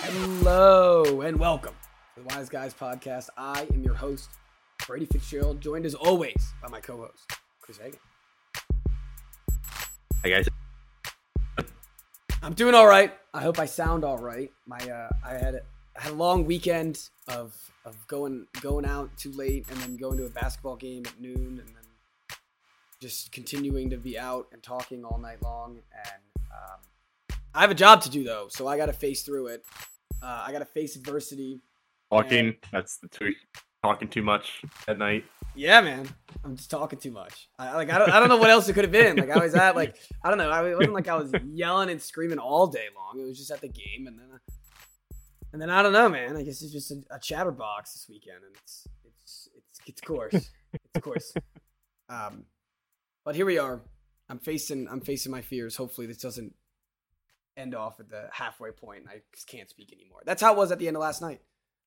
Hello and welcome to the Wise Guys Podcast. I am your host, Brady Fitzgerald, joined as always by my co host, Chris Hagan. Hi guys. I'm doing all right. I hope I sound all right. My uh, I had a, I had a long weekend of of going going out too late and then going to a basketball game at noon and then just continuing to be out and talking all night long. And um, I have a job to do though, so I got to face through it. Uh, I got to face adversity. Talking. That's the two. Talking too much at night. Yeah, man. I'm just talking too much. I, like I don't, I don't know what else it could have been. Like I was at like I don't know. I, it wasn't like I was yelling and screaming all day long. It was just at the game, and then and then I don't know, man. I guess it's just a, a chatterbox this weekend, and it's it's it's it's course, it's course. Um, but here we are. I'm facing I'm facing my fears. Hopefully, this doesn't end off at the halfway point. And I just can't speak anymore. That's how it was at the end of last night.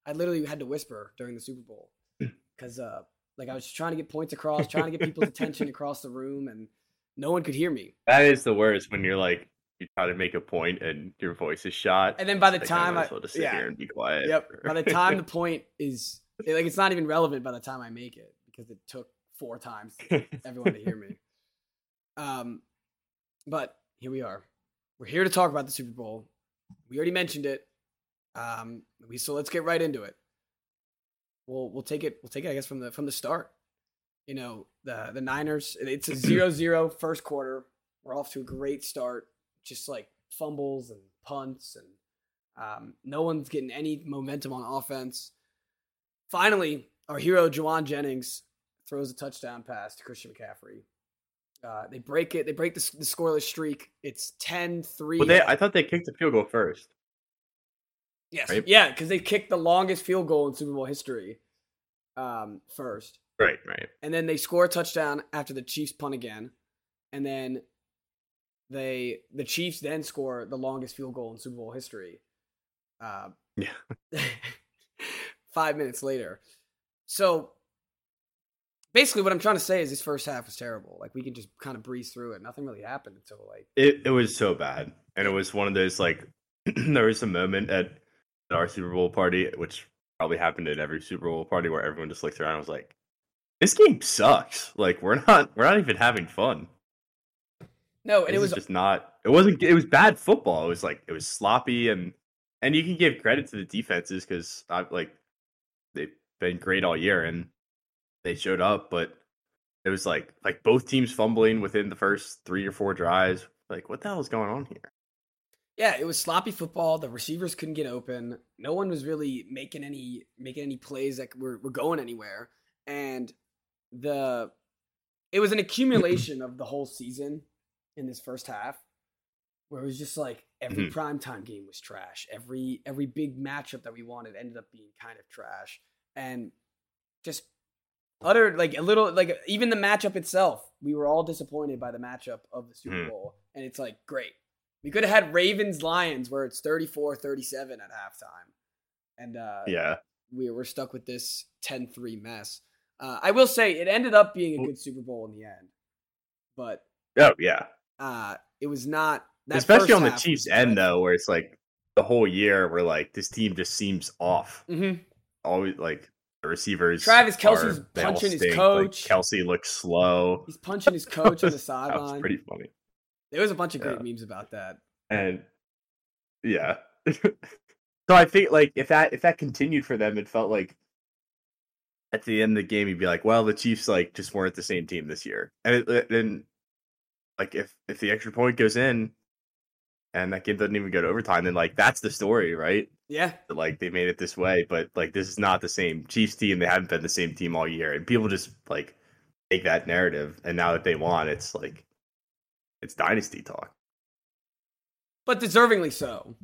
I literally had to whisper during the Super Bowl because. Uh, like I was just trying to get points across, trying to get people's attention across the room, and no one could hear me. That is the worst when you're like you try to make a point and your voice is shot. And then by the It's like, time might I, as well just sit yeah, here and be quiet. yep. By the time the point is like it's not even relevant by the time I make it because it took four times everyone to hear me. Um, but here we are. We're here to talk about the Super Bowl. We already mentioned it. Um, we so let's get right into it. We'll we'll take it. We'll take it. I guess from the from the start. You know the the Niners. It's a 0-0 first quarter. We're off to a great start. Just like fumbles and punts and um, no one's getting any momentum on offense. Finally, our hero Juwan Jennings throws a touchdown pass to Christian McCaffrey. Uh, they break it. They break the, s- the scoreless streak. It's 10-3. well, they I thought they kicked the field goal first. yes, right? yeah, because they kicked the longest field goal in Super Bowl history um, first, Right, right. and then they score a touchdown after the Chiefs punt again, and then they the Chiefs then score the longest field goal in Super Bowl history. Uh, Yeah. five minutes later. So basically, what I'm trying to say is this first half was terrible. Like we can just kind of breeze through it. Nothing really happened until like It it was so bad, and it was one of those like there was a moment at our Super Bowl party, which probably happened at every Super Bowl party, where everyone just looked around and was like, "This game sucks. Like we're not we're not even having fun." no, and This it is was just not. It wasn't. It was bad football. It was like it was sloppy, and and you can give credit to the defenses because I like they've been great all year and they showed up, but it was like like both teams fumbling within the first three or four drives. Like what the hell is going on here? yeah, it was sloppy football. The receivers couldn't get open. No one was really making any making any plays that were were going anywhere. And the it was an accumulation of the whole season in this first half, where it was just like every Mhm. primetime game was trash. Every every big matchup that we wanted ended up being kind of trash, and just utter like a little like even the matchup itself. We were all disappointed by the matchup of the Super Mhm. Bowl, and it's like great. We could have had Ravens Lions where it's 34 37 at halftime. And uh, Yeah, we were stuck with this 10 3 mess. Uh, I will say it ended up being a good Super Bowl in the end, but oh yeah. uh, it was not. That Especially first on the half was Chiefs' end though, where it's like the whole year we're like this team just seems off. dreadful. Mhm. Always like the receivers. Travis are- Kelce's they all punching his stink. Like, coach. Kelsey looks slow. He's punching his coach on the That was sideline. pretty funny. there was a bunch of great Yeah. memes about that. and yeah so i think like if that if that continued for them it felt like at the end of the game you'd be like well the chiefs like just weren't the same team this year and it- it- then like if if the extra point goes in and that game doesn't even go to overtime then like that's the story right Yeah. That, like they made it this way but like this is not the same chiefs team they haven't been the same team all year and people just like take that narrative and now that they won it's like it's dynasty talk But deservingly so.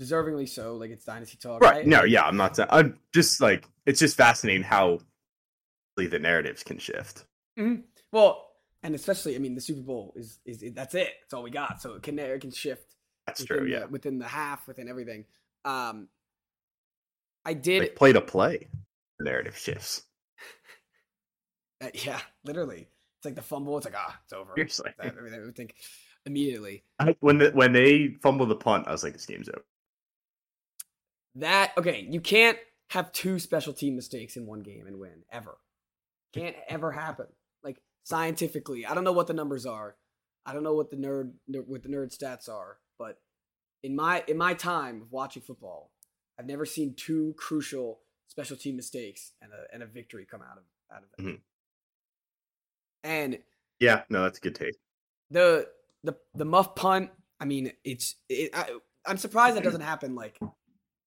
Deservingly so. Like it's Dynasty Talk. Right. I- No, yeah, I'm not saying. I'm just like it's just fascinating how the narratives can shift. Mhm. Well, and especially, I mean, the Super Bowl is, is that's it. It's all we got. So it can, it can shift That's within true. the- Yeah, within the half, within everything. Um, I did, like play to play, the narrative shifts. uh, yeah, literally. It's like the fumble. It's like ah, it's over. Seriously, I, mean, I would think immediately. I- when the, when they fumble the punt, I was like, this game's over. That okay, you can't have two special team mistakes in one game and win ever. Can't ever happen. Like scientifically, I don't know what the numbers are. I don't know what the nerd what the nerd stats are, but in my in my time of watching football, I've never seen two crucial special team mistakes and a and a victory come out of out of that. Mhm. And Yeah, no, that's a good take. the the the muff punt. I mean, it's it, I, I'm surprised that doesn't happen like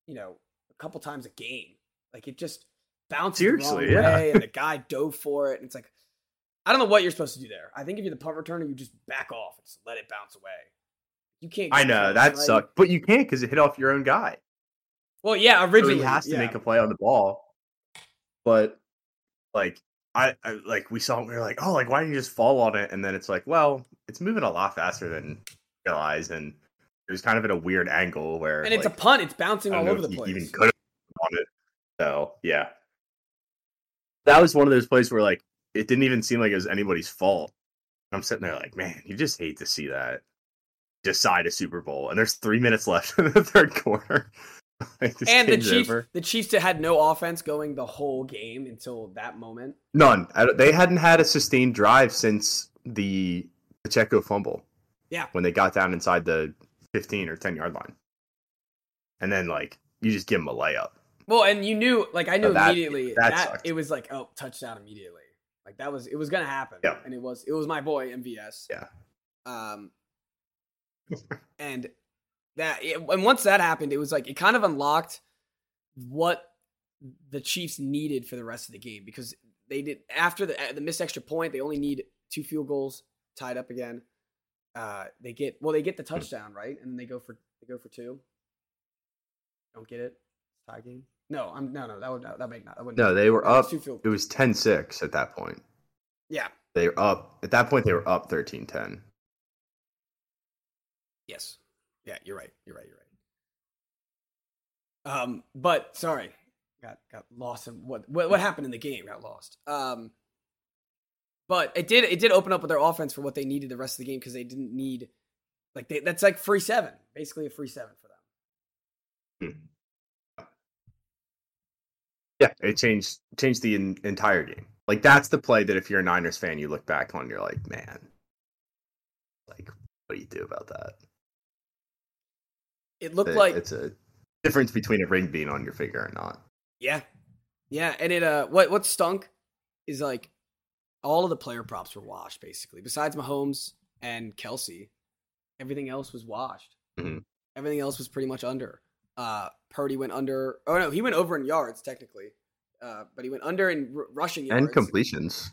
you know a couple times a game. Like it just bounces Seriously, the wrong yeah. way, and the guy dove for it, and it's like I don't know what you're supposed to do there. I think if you're the punt returner, you just back off and just let it bounce away. You can't. I know control it, that right? sucked, but you can't because it hit off your own guy. Well, yeah, So originally he has to yeah. make a play on the ball. But like I, I like we saw it, we were like, oh, like why didn't you just fall on it? And then it's like, well, it's moving a lot faster than you realize, and it was kind of at a weird angle where and it's a like, punt. It's bouncing I don't all know over if the he place. Even could have on it. So yeah, that was one of those plays where like it didn't even seem like it was anybody's fault. I'm sitting there like, man, you just hate to see that decide a Super Bowl, and there's three minutes left in the third quarter. Like, this and the game's Chiefs, over. the Chiefs had no offense going the whole game until that moment. none. I don't- they hadn't had a sustained drive since the Pacheco fumble. Yeah. when they got down inside the 15 or 10 yard line, and then like you just give them a layup. Well, and you knew, like I knew So that- immediately that that, sucked. it was like, oh, touchdown immediately. Like that was it was gonna happen. Yeah. And it was it was my boy MVS. Yeah. Um. and that it, and once that happened, it was like it kind of unlocked what the Chiefs needed for the rest of the game because they did after the the missed extra point, they only need two field goals tied up again. Uh, they get well, they get the touchdown right, and then they go for they go for two. Don't get it tie game. No, I'm no no that would that make not that would No, they were up two field. it was 10-6 at that point Yeah. they were up at that point they were up 13-10 Yes. Yeah, you're right. You're right. You're right. Um, but sorry, got got lost in what what, what happened in the game. Got lost. Um, but it did it did open up with their offense for what they needed the rest of the game because they didn't need like they, that's like free seven, basically a free seven for them. yeah it changed changed the en- entire game like that's the play that if you're a niners fan you look back on and you're like man like what do you do about that It looked It- like it's a difference between a ring being on your finger or not Yeah. Yeah, and it uh what what stunk is like all of the player props were washed basically. Besides Mahomes and Kelsey, everything else was washed. Mhm. Everything else was pretty much under. Uh Purdy went under. Oh no, he went over in yards technically. Uh but he went under in r- rushing yards. and completions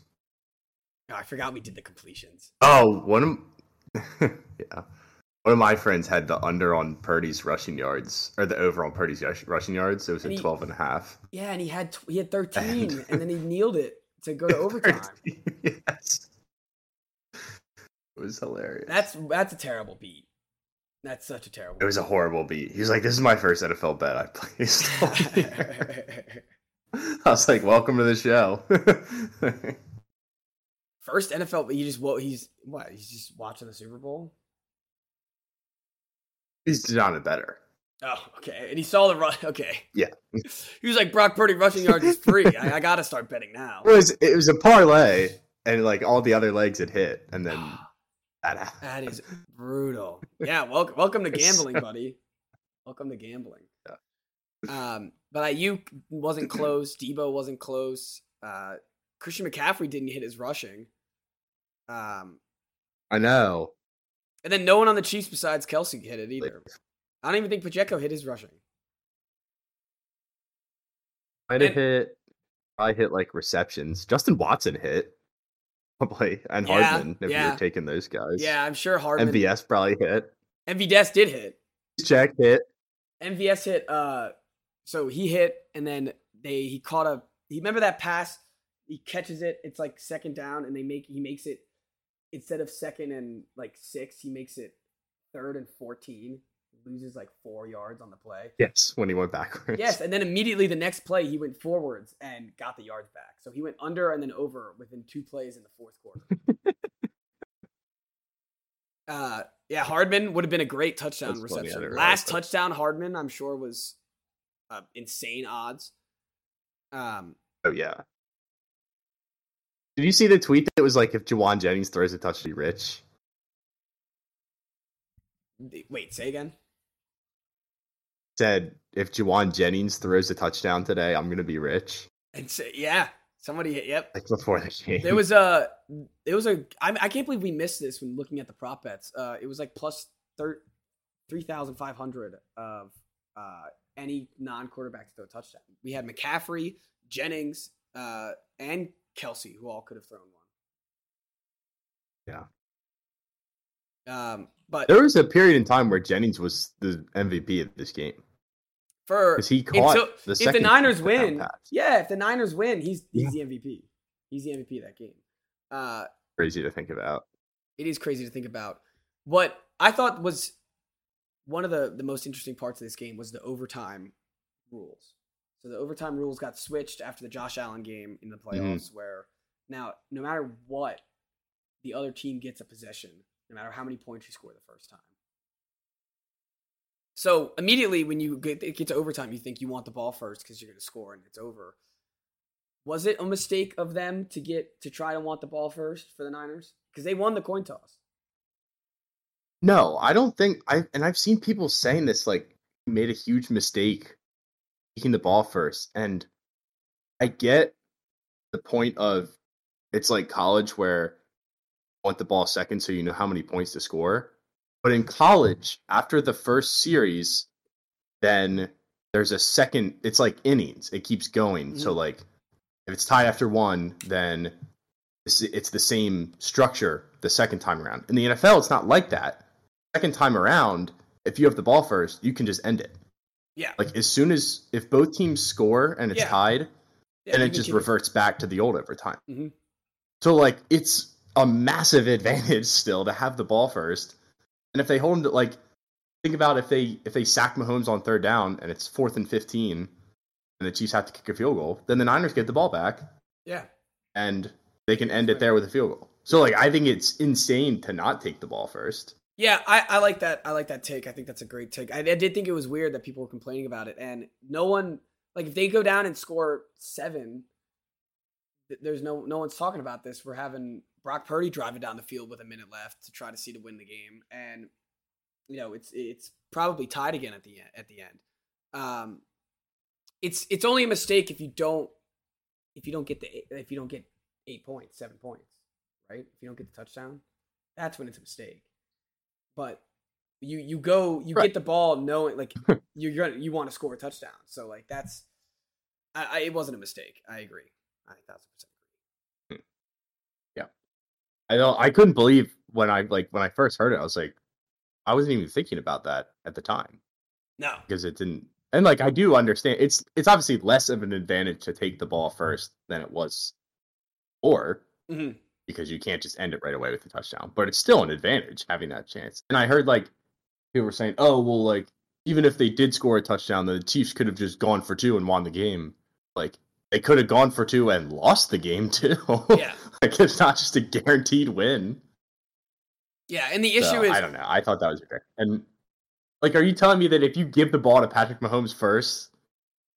Oh, I forgot we did the completions. oh one of yeah one of my friends had the under on Purdy's rushing yards or the over on Purdy's rush- rushing yards. It was And at he- 12 and a half. Yeah, and he had tw- he had 13 and, then he kneeled it to go to overtime. yes. It was hilarious. That's that's a terrible beat. That's such a terrible. it was a horrible beat. He was like, This is my first NFL bet I placed. all year." beat. I was like, Welcome to the show. First NFL, he just what he's what he's just watching the Super Bowl. He's not a better. Oh, okay. And he saw the run. Okay, Yeah. he was like Brock Purdy rushing yards is free. I, I got to start betting now. It was it was a parlay and like all the other legs had hit and then that happened. That is brutal. Yeah, welcome, welcome to gambling, buddy. Welcome to gambling. Um, but IU wasn't close. Debo wasn't close. Uh, Christian McCaffrey didn't hit his rushing. Um, I know. and then no one on the Chiefs besides Kelsey hit it either. I don't even think Pacheco hit his rushing. Might have And- hit I hit like receptions. Justin Watson hit. Probably and Yeah, Hardman if you yeah. were taking those guys. Yeah, I'm sure Hardman. MVS probably hit. MVDes did hit. Check hit. MVS hit. Uh, so he hit, and then they he caught a. He remember that pass. He catches it. It's like second down, and they make he makes it instead of second and like six, he makes it third and fourteen. Loses like four yards on the play. Yes, when he went backwards. Yes, and then immediately the next play he went forwards and got the yards back. So he went under and then over within two plays in the fourth quarter. uh yeah, Hardman would have been a great touchdown That's funny, I reception. didn't Last realize that. touchdown Hardman, I'm sure was uh, insane odds. Um, Oh yeah. Did you see the tweet that was like if Jawan Jennings throws a touch to Rich? th- wait, say again. Said if Jawan Jennings throws a touchdown today, I'm gonna be rich. And say, yeah, somebody hit. Yep. Like before the game. There was a, there was a. I, I can't believe we missed this when looking at the prop bets. Uh, it was like plus thir- three thousand five hundred of uh, any non-quarterback to throw a touchdown. We had McCaffrey, Jennings, uh, and Kelsey, who all could have thrown one. Yeah. Um, but There was a period in time where Jennings was the MVP of this game for because he caught so- the if the second Niners touchdown win- pass. yeah, if the Niners win, he's he's the MVP. He's the MVP of that game. Uh, Crazy to think about. it is crazy to think about. What I thought was one of the, the most interesting parts of this game was the overtime rules. So the overtime rules got switched after the Josh Allen game in the playoffs, where now no matter what, the other team gets a possession, no matter how many points you score the first time. So immediately when you get it gets to overtime, you think you want the ball first because you're going to score and it's over. Was it a mistake of them to get to try to want the ball first for the Niners because they won the coin toss? No, I don't think I and I've seen people saying this like he made a huge mistake taking the ball first. And I get the point of it's like college where you want the ball second so you know how many points to score. But in college, after the first series, then there's a second it's like innings. It keeps going. So Mhm. like if it's tied after one, then it's, it's the same structure the second time around. In the NFL, it's not like that. Second time around, if you have the ball first, you can just end it. Yeah. Like as soon as if both teams score and it's Yeah. tied, Yeah, then you it can just keep it- reverts back to the old overtime. Mhm. So like it's a massive advantage still to have the ball first. And if they hold him to like think about if they if they sack Mahomes on third down and it's fourth and fifteen and the Chiefs have to kick a field goal, then the Niners get the ball back Yeah. and they can end it there with a field goal. So like I think it's insane to not take the ball first. Yeah, I, I like that. I like that take. I think that's a great take. I, I did think it was weird that people were complaining about it, and no one like if they go down and score seven, th- there's no no one's talking about this. We're having Brock Purdy driving down the field with a minute left to try to see to win the game, and you know it's it's probably tied again at the end. At the end, um, it's it's only a mistake if you don't if you don't get the eight- if you don't get eight points, seven points, right? If you don't get the touchdown, that's when it's a mistake. But you you go you Right. get the ball knowing like you you're gonna, you want to score a touchdown, so like that's I, I it wasn't a mistake. I agree. I thousand percent I don't I couldn't believe when I like when I first heard it, I was like, I wasn't even thinking about that at the time. No, because it didn't and like i do understand it's it's obviously less of an advantage to take the ball first than it was or Mhm. because you can't just end it right away with a touchdown but it's still an advantage having that chance and i heard like people were saying oh well like even if they did score a touchdown the chiefs could have just gone for two and won the game like they could have gone for two and lost the game too yeah, like it's not just a guaranteed win yeah. And the so, issue is I don't know. I thought that was ridiculous. And like, are you telling me that if you give the ball to Patrick Mahomes first,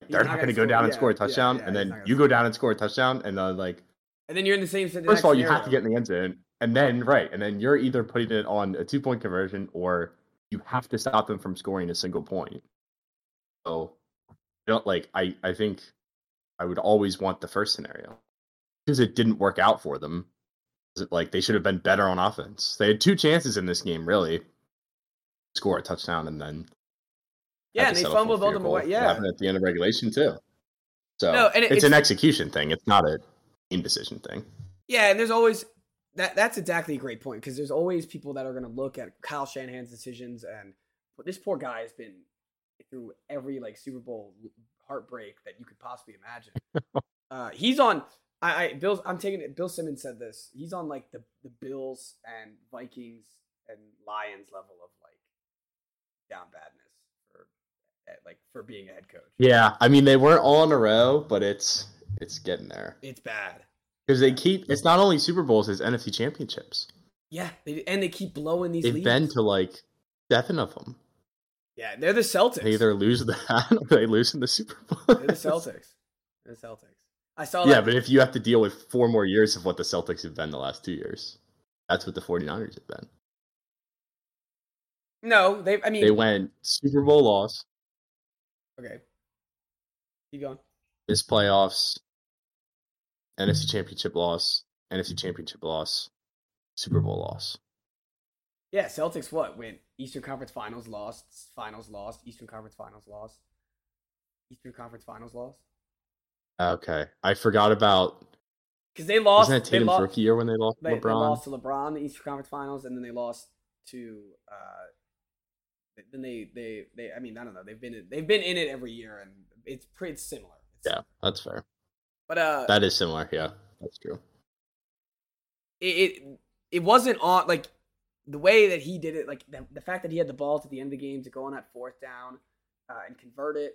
He's they're not not, gonna going to go score. down and Yeah, score a yeah, touchdown, yeah, and he's then not gonna you go down and score a touchdown, and then like, and then you're in the same. first of all, you have to get in the end zone, and then right, and then you're either putting it on a two point conversion or you have to stop them from scoring a single point. So, I don't like. I I think I would always want the first scenario because it didn't work out for them. Is it, Like they should have been better on offense. They had two chances in this game, really. Score a touchdown and then yeah, had and to they settle for a fumbled field all them goal. away. It Yeah, happened at the end of regulation too. So No, and it- it's, it's- an execution thing. It's not a team decision thing. Yeah, and there's always that. That's exactly a great point because there's always people that are going to look at Kyle Shanahan's decisions and but this poor guy has been through every like Super Bowl heartbreak that you could possibly imagine. uh, he's on. I, I Bill. I'm taking it. Bill Simmons said this. He's on like the the Bills and Vikings and Lions level of like down badness for at, like for being a head coach. Yeah, I mean they weren't all in a row, but it's it's getting there It's bad. because they keep. It's not only Super Bowls; it's NFC Championships. Yeah, they, and they keep blowing these They've leads. been to like seven of them. Yeah, they're the Celtics. They either lose that or they lose in the Super Bowl. They're the Celtics. They're the Celtics. I saw. yeah, like, but if you have to deal with four more years of what the Celtics have been the last two years, that's what the 49ers have been. no, they. I mean, They went Super Bowl loss, okay. Keep going. this playoffs, NFC Championship loss, NFC Championship loss, Super Bowl loss. Yeah, Celtics. What went Eastern Conference Finals? Lost. Finals. Lost. Eastern Conference Finals. Lost. Eastern Conference Finals. Lost. Okay, I forgot about Because they lost. wasn't it they Tatum's lost. rookie year when they lost They, LeBron? they lost to LeBron the Eastern Conference Finals, and then they lost to. Uh, th- then they, they they I mean I don't know they've been in, they've been in it every year and it's pretty it's similar. It's- Yeah, that's fair. but uh, That is similar. Yeah, that's true. it, it it wasn't on like the way that he did it, like the, the fact that he had the ball at the end of the game to go on that fourth down uh, and convert it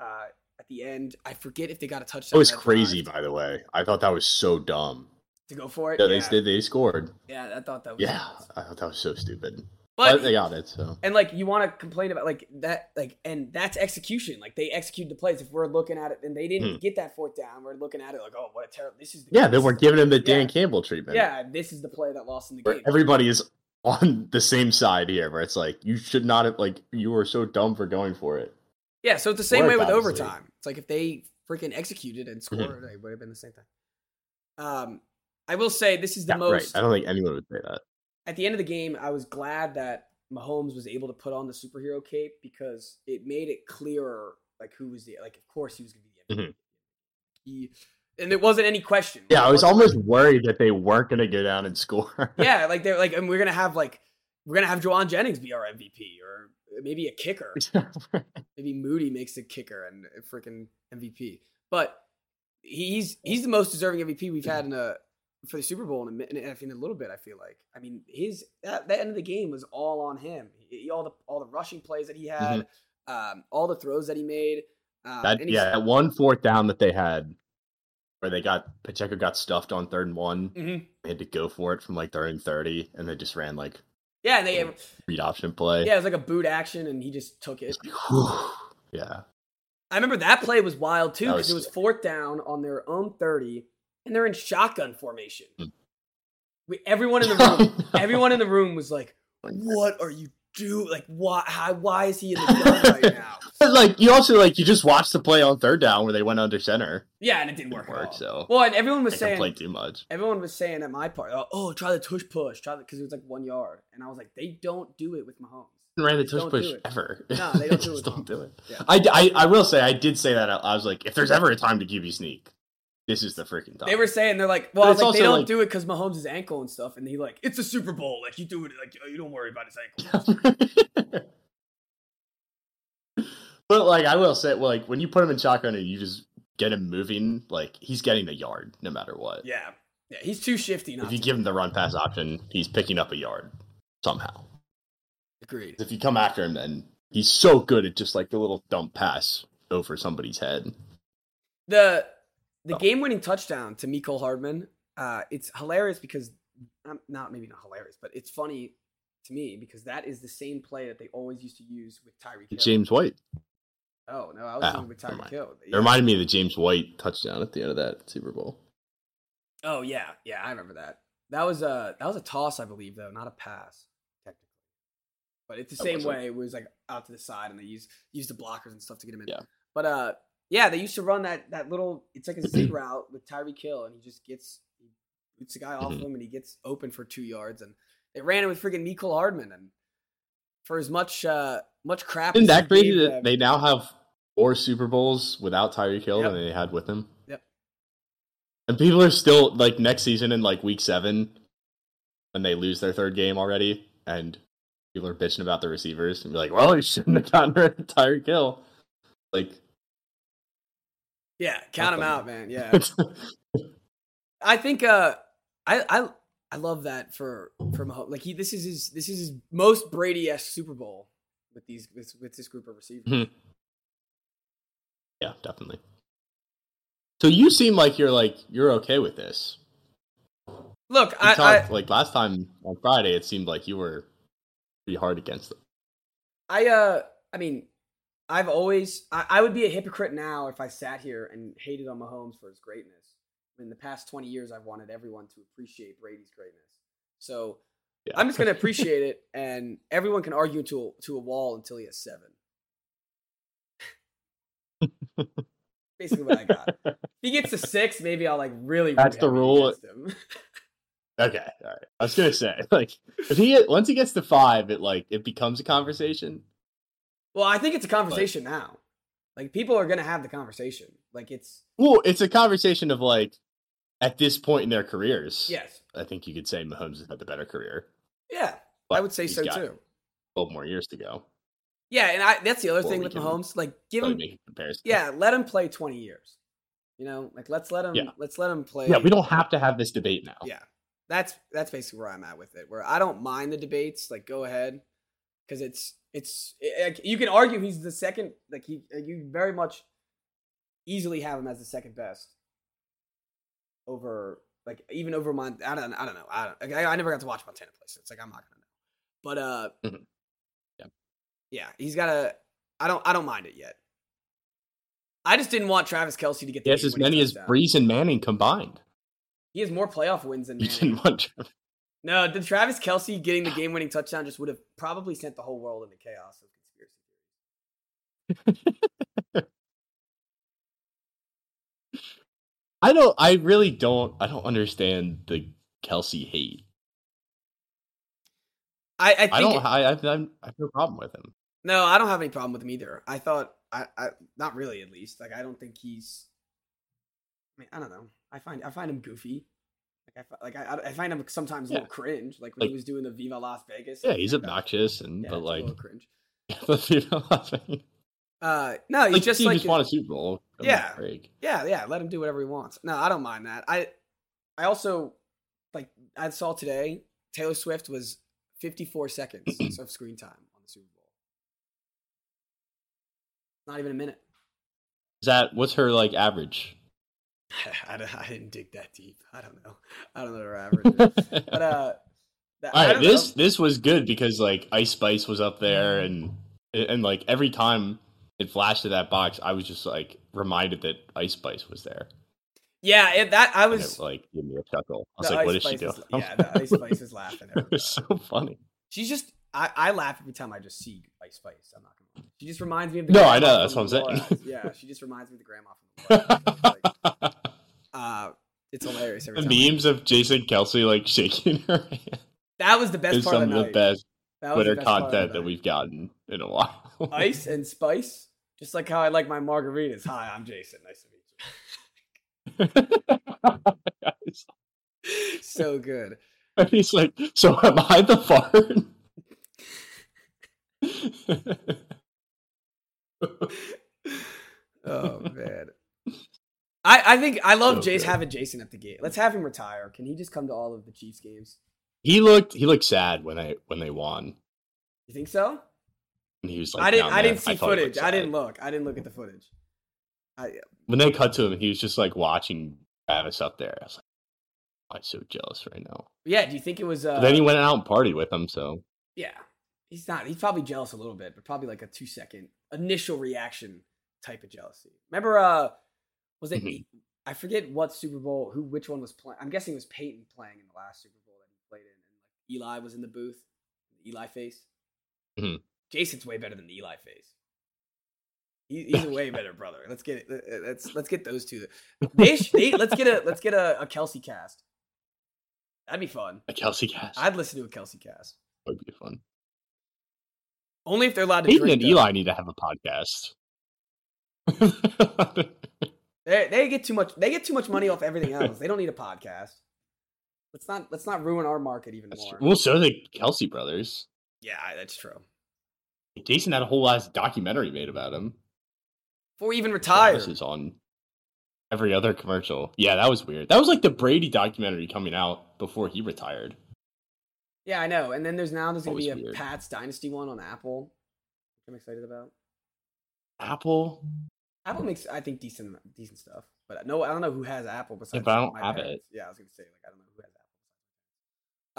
uh, at the end. I forget if they got a touchdown. That was or not crazy, by the way. I thought that was so dumb. to go for it. Yeah, Yeah, they they, they scored. yeah, I thought that was Yeah, I thought that was so stupid. But, but they got it. So and like you want to complain about like that like and that's execution. Like they executed the plays. If we're looking at it and they didn't Hmm. get that fourth down, we're looking at it like oh what a terrible. This is the yeah, they this is weren't the- giving him the Dan Yeah. Campbell treatment. Yeah, this is the play that lost in the where game. everybody is on the same side here, where it's like you should not have like you were so dumb for going for it. Yeah, so it's the same work, way with obviously. Mm-hmm. overtime. It's like if they freaking executed and scored, it would have been the same thing. Um, I will say this is the Yeah, most. right. I don't think anyone would say that. At the end of the game, I was glad that Mahomes was able to put on the superhero cape because it made it clearer, like who was the like. Of course, he was going to be the MVP. He, and there wasn't any question. Mm-hmm. Yeah, I was It wasn't- almost worried that they weren't going to go down and score. yeah, like they're like, and we're gonna have like we're gonna have Joanne Jennings be our MVP or maybe a kicker. maybe Moody makes a kicker and a freaking MVP. But he's he's the most deserving MVP we've Mm-hmm. had in a for the Super Bowl in a mi- in, a- in a little bit. I feel like I mean his that, that end of the game was all on him. He, all the all the rushing plays that he had, um, all the throws that he made. Um, Mm-hmm. that, he's- yeah, that one fourth down that they had, where they got Pacheco got stuffed on third and one, Mhm. they had to go for it from like their own thirty, and they just ran like yeah, and they read option play. yeah it was like a boot action, and he just took it. It's like, whew. yeah. I remember that play was wild too That because it was was- fourth down on their own thirty, and they're in shotgun formation. Mm. We, everyone in the room, everyone in the room was like, "What are you doing? Like, why? How, why is he in the gun right now?" But, like you also like you just watched the play on third down where they went under center. Yeah, and it didn't work. Didn't at all. work, so Well, and everyone was they can play saying, too much. everyone was saying at my part, "Oh, oh, try the tush push, try the," because it was like one yard, and I was like, "They don't do it with Mahomes." Ran the don't touch do push it. ever. No, they don't do just it. Don't do it. Yeah. I, I I will say I did say that out- I was like if there's ever a time to QB sneak, this is the freaking time. They were saying they're like, well, I was it's like, they also, don't like- do it because Mahomes' ankle and stuff, and he like, it's a Super Bowl, like you do it, like you don't worry about his ankle. but like I will say, well, like when you put him in shotgun and you just get him moving, like he's getting a yard no matter what. Yeah, yeah, he's too shifty not if you to. give him the run pass option, he's picking up a yard somehow. Agreed. If you come after him, then he's so good at just like the little dump pass over somebody's head. the the Oh. game winning touchdown to Miko Hardman. Uh, it's hilarious because um, not maybe not hilarious, but it's funny to me because that is the same play that they always used to use with Tyreek Hill. James White. Oh no, I was Oh, thinking with never Tyreek mind. Hill. It reminded me of the James White touchdown at the end of that Super Bowl. Oh yeah, yeah, I remember that. That was a that was a toss, I believe, though, not a pass technically. But it's the That same wasn't- way. It was like out to the side, and they use use the blockers and stuff to get him in. Yeah. But uh, yeah, they used to run that that little. It's like a Z route with Tyree Kill, and he just gets he boots the guy off of Mm-hmm. him, and he gets open for two yards. And they ran it with freaking Michael Hardman, and for as much uh much crap. Isn't as that we crazy gave that them- they now have four Super Bowls without Tyreek Hill Yep. than they had with him? Yep. And people are still like next season in like week seven when they lose their third game already, and people are bitching about the receivers and be like, "Well, you shouldn't have gotten rid of Tyreek Hill." Like, yeah, count him Nothing. out, man. Yeah, I think uh I I I love that for for Mahomes. Like he this is his this is his most Brady esque Super Bowl with these with, with this group of receivers. Mhm. yeah, definitely. So you seem like you're like you're okay with this. Look, We I, talked, I like last time on Friday, it seemed like you were pretty hard against them. I uh I mean, I've always I, I would be a hypocrite now if I sat here and hated on Mahomes for his greatness. In the past twenty years, I've wanted everyone to appreciate Brady's greatness. So Yeah. I'm just going to appreciate it, and everyone can argue to a, to a wall until he has seven. Basically, what I got. If he gets to six, maybe I'll like really. That's root the heavy rule. against him. Okay, all right. I was gonna say, like, if he get- once he gets to five, it like it becomes a conversation. Well, I think it's a conversation now. Like people are going to have the conversation. Like it's Well, it's a conversation of like, at this point in their careers, yes, I think you could say Mahomes has had the better career. yeah. I but would say he's so got too. Twelve more years to go. Yeah, and I, that's the other Well, thing we with can Mahomes. Like, give Really him, making comparisons. yeah, let him play twenty years. You know, like let's let him, Yeah. let's let him play. yeah. We don't have to have this debate now. Yeah, that's that's basically where I'm at with it. Where I don't mind the debates. Like, go ahead, because it's it's i i- you can argue he's the second. Like he, eh, you very much easily have him as the second best over like even over Mon. I don't I don't know. I don't. like, I, I never got to watch Montana play, so it's like I'm not gonna know. But uh, Mhm. Yeah. yeah, he's got a. I don't I don't mind it yet. I just didn't want Travis Kelsey to get He the has as many as Breeze. Breeze and Manning combined. He has more playoff wins than You Manning. didn't want Travis. No, the Travis Kelsey getting the game winning touchdown just would have probably sent the whole world into chaos of conspiracy theories. I don't. I really don't. I don't understand the Kelsey hate. I, I think I don't. it- I, I, I'm, I have no problem with him. no, I don't have any problem with him either. I thought I, I not really at least. Like I don't think he's. I mean, I don't know. I find I find him goofy. Like I fi- like I, I find him sometimes a Yeah. little cringe. Like when he Like- was doing the Viva Las Vegas. Yeah, he's Yeah, obnoxious and it's a but like, little cringe. you know, like, Uh, no, he's like just you like just won a Super Bowl. Give him a Yeah. break. Yeah, yeah, let him do whatever he wants. No, I don't mind that. I I also like I saw today Taylor Swift was 54 seconds of screen time on the Super Bowl. Not even a minute. Is that what's her like average? I, don't- I didn't dig that deep. I don't know. I don't know her average. is. but uh that, All right, this this was good because like Ice Spice was up there and and like every time it flashed to that box, I was just like reminded that Ice Spice was there. Yeah, it, that I And was it like gave me a chuckle. I was the like, what Ice is she Spice doing? is- yeah, the Ice Spice is laughing every it was so funny. She's just I, I laugh every time I just see Ice Spice. I'm not gonna. lie. She just reminds me of the. No, I grandma know, from that's what I'm Laura saying. Eyes. Yeah, she just reminds me of the grandma from. Laura Eyes. Like, uh, it's hilarious every the time. memes of Jason Kelsey like shaking her hand That was the best is part of some the of the night. best That was the Twitter best part of the content that night. we've gotten in a while. Ice and spice, just like how I like my margaritas. Hi, I'm Jason. Nice to meet you. so good. And he's like, so am I the fart? Oh man. I, I think I love So Jace good. having Jason at the gate. Let's have him retire. Can he just come to all of the Chiefs games? he looked he looked sad when I when they won. You think so? And he was like, I didn't. "Nah, I man, didn't see thought it footage. looked I sad." didn't look. I didn't look at the footage. When they cut to him, he was just like watching Travis up there. I was like, I'm so jealous right now. Yeah. Do you think it was? Uh, But then he went out and partied with him, so yeah. He's not. He's probably jealous a little bit, but probably like a two second initial reaction type of jealousy. Remember? uh Was it? Mhm. I forget what Super Bowl. Who? Which one was playing? I'm guessing it was Peyton playing in the last Super Bowl that he played in, and like Eli was in the booth. Eli face. Mhm. Jason's way better than the Eli face. He, he's a way better brother. Let's get it. Let's let's get those two. They, sh- they let's get a let's get a, a Kelsey cast. That'd be fun. a Kelsey cast I'd listen to a Kelsey cast. would be fun. Only if they're allowed to Peyton drink. and though. Eli need to have a podcast. They, they get too much. They get too much money off everything else. They don't need a podcast. Let's not let's not ruin our market even That's more. true. Well, so the Kelsey brothers. Yeah, that's true. Jason had a whole last documentary made about him. Before he even Travis retires. is on every other commercial. Yeah, that was weird. That was like the Brady documentary coming out before he retired. Yeah, I know. And then there's now there's gonna Always be a weird. Pat's Dynasty one on Apple. which I'm excited about. Apple. Apple makes I think decent decent stuff, but no, I don't know who has Apple besides. but I don't my have it. parents. Yeah, I was gonna say like I don't know who has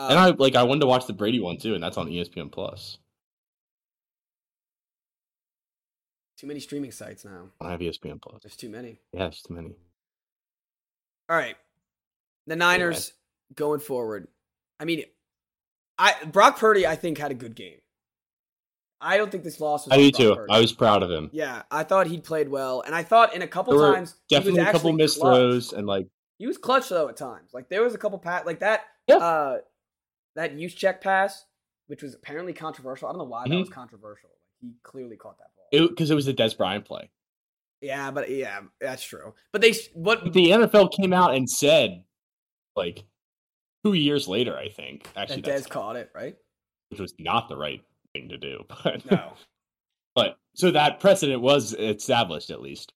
and Apple. I E like I wanted to watch the Brady one too, and that's on ESPN Plus. Too many streaming sites now. I don't have ESPN Plus. There's too many. Yeah, it's too many. All right. The Niners going forward. I mean, I Brock Purdy, I think, had a good game. I don't think this loss was. I on do Brock too. Purdy. I was proud of him. Yeah, I thought he played well, and I thought in a couple There were times he was Definitely a couple actually missed clutch. throws and like He was clutch though at times. Like there was a couple pat like that. Yeah. Uh, that use check pass, which was apparently controversial. I don't know why that Mhm. was controversial. Like he clearly caught that ball. it because it was a Des Bryant play. yeah, but yeah, that's true. But they what But the NFL came out and said, like two years later, I think actually that that's Dez caught it right? which was not the right thing to do. But No, but so that precedent was established at least.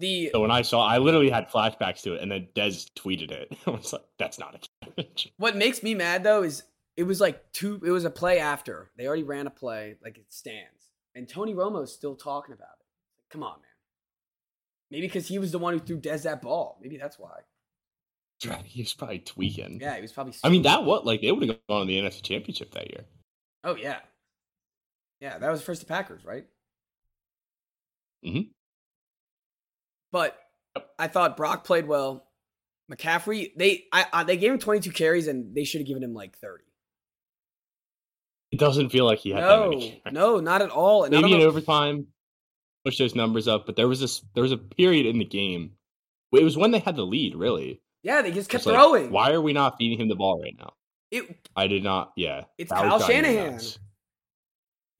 the So when I saw, I literally had flashbacks to it, and then Des tweeted it. I was like, "That's not a catch." What makes me mad though is it was like two. It was a play after they already ran a play. Like it stands, and Tony Romo's still talking about it. Come on, man. Maybe because he was the one who threw Dez that ball. Maybe that's why. He was probably tweaking. Yeah, he was probably. I mean, stupid. that what like they would have gone to the NFC Championship that year. Oh yeah, yeah. That was first to Packers, right? Mhm. But I thought Brock played well. McCaffrey, they I, I they gave him 22 carries and they should have given him like 30. It doesn't feel like he had that No, many. no, not at all. And I maybe don't in know- overtime push those numbers up but there was this there was a period in the game it was when they had the lead really Yeah, they just kept It's like, throwing. why are we not feeding him the ball right now It, i did not yeah It's that was Kyle driving me Shanahan. nuts.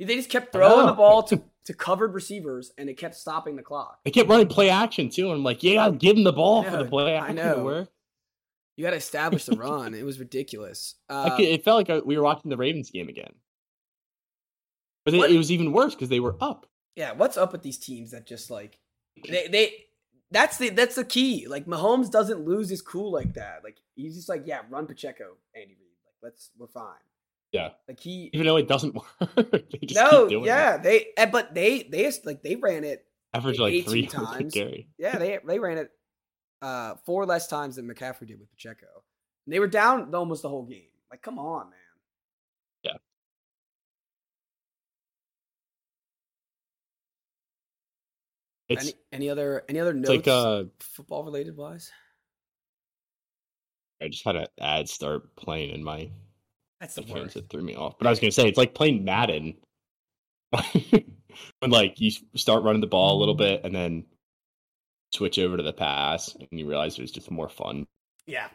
they just kept I know. throwing the ball to, to covered receivers and it kept stopping the clock. they kept running play action too and i'm like yeah give him the ball for the Yeah, play I action know. to work You got to establish the run. It was ridiculous. Uh, Like, it felt like I- we were watching the ravens game again but What- it, it was even worse because they were up Yeah, what's up with these teams that just like they they that's the that's the key. Like Mahomes doesn't lose his cool like that. Like he's just like, yeah, run Pacheco, Andy Reid. Like let's we're fine. Yeah. Like he even though it doesn't work they just No, keep doing yeah, it. they eh, but they they just like they ran it average they like ate two three times. times carry. Yeah, they they ran it uh, four less times than McCaffrey did with Pacheco. And they were down almost the whole game. Like, come on, man. Yeah. It's- any, any other any other it's notes like uh football related wise? I just had an ad start playing in my That's the worst. headphones that threw me off. But I was gonna say it's like playing Madden. when like you s- start running the ball a little bit and then switch over to the pass and you realize there's just more fun. Yeah.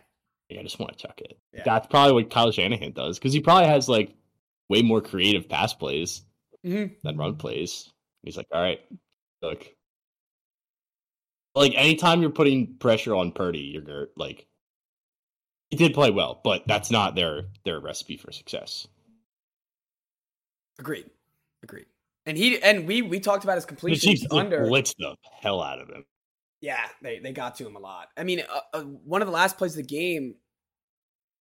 Like, I just want to chuck it. Yeah. That's probably what Kyle Shanahan does because he probably has like way more creative pass plays Mhm. than run plays. He's like, all right, look. Like anytime you're putting pressure on Purdy, you're gonna like he did play well, but that's not their their recipe for success. Agreed. Agreed. And he and we we talked about his The Chiefs completions like, under. blitzed the hell out of him. Yeah, they they got to him a lot. I mean, uh, uh, one of the last plays of the game,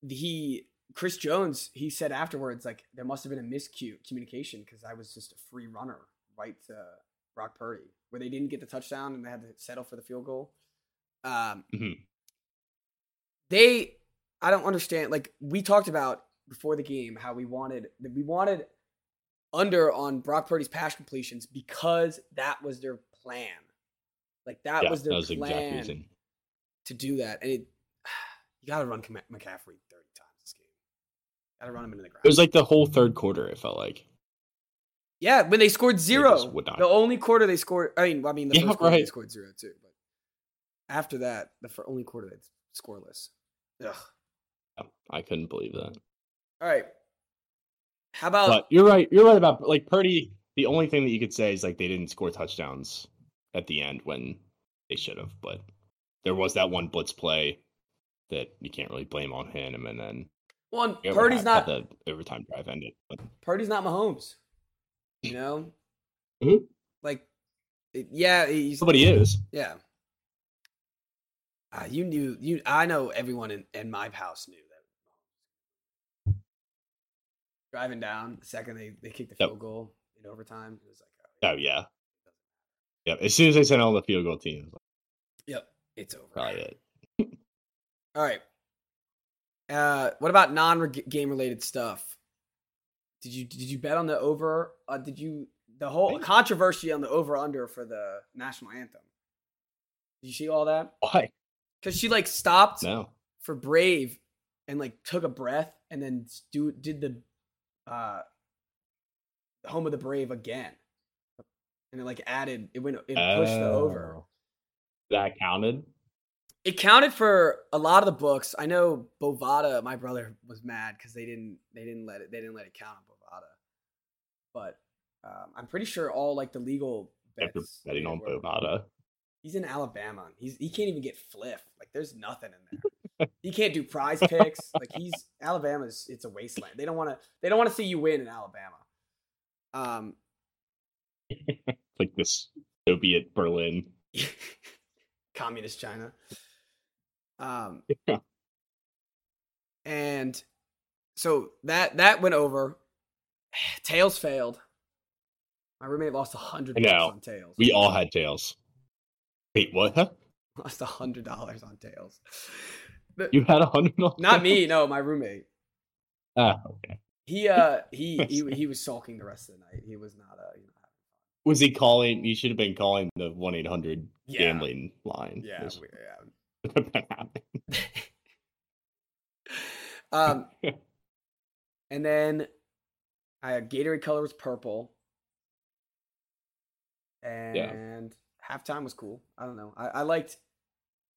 he Chris Jones he said afterwards like there must have been a miscue communication because I was just a free runner right to Brock Purdy where they didn't get the touchdown and they had to settle for the field goal. Um, Mhm. They, I don't understand. Like we talked about before the game, how we wanted that we wanted under on Brock Purdy's pass completions because that was their plan. Like that yeah, was that their was the plan exact reason. to do that. And it, you got to run Cam- McCaffrey 30 times this game. Got to run him into the ground. It was like the whole third quarter. It felt like yeah, when they scored zero, would not. the only quarter they scored, I mean, well, I mean, the Yeah, first quarter they right. scored zero too. But after that, the fir- only quarter that's scoreless. Ugh. Yeah, I couldn't believe that. All right. How about but you're right. You're right about like Purdy. The only thing that you could say is like they didn't score touchdowns at the end when they should have. But there was that one blitz play that you can't really blame on him. And then one? I forget what Purdy's hap- not how the overtime drive ended. But Purdy's not Mahomes. You know, Mhm. like, it- yeah, he's somebody is. Yeah. Uh, you knew you. I know everyone in, in my house knew that. Driving down, the second they, they kicked the Yep. field goal in overtime, it was like, oh, Oh yeah, yeah. As soon as they sent on the field goal team, it was yep, it's over. probably it. All right. Uh, what about non game related stuff? Did you did you bet on the over? Uh, did you the whole controversy on the over under for the national anthem. Did you see all that? Why? Because she like stopped No. for Brave and like took a breath and then s- do did the uh Home of the Brave again. And it like added it went it pushed the over. Oh. That counted. It counted for a lot of the books. I know Bovada, my brother was mad because they didn't they didn't let it they didn't let it count on Bovada. But um, I'm pretty sure all like the legal After bets betting on were- Bovada. He's in Alabama. He's he can't even get Fliff. Like there's nothing in there. he can't do prize picks. Like he's Alabama's it's a wasteland. They don't want to they don't want to see you win in Alabama. Um It's like this Soviet Berlin. communist China. Um, Yeah. and so that that went over. Tails failed. My roommate lost a hundred I dollars know. on tails. We all had tails. Wait, what? lost a hundred dollars on tails. But- You had a hundred dollars? not me, no, my roommate. Ah, okay. He uh he, he he was sulking the rest of the night. He was not uh you know Was he calling? You should have been calling the one eight hundred Yeah. gambling line. yeah, That's we- yeah. what happened. Um, and then I Gatorade color was purple, and halftime was cool. I don't know. I, I liked.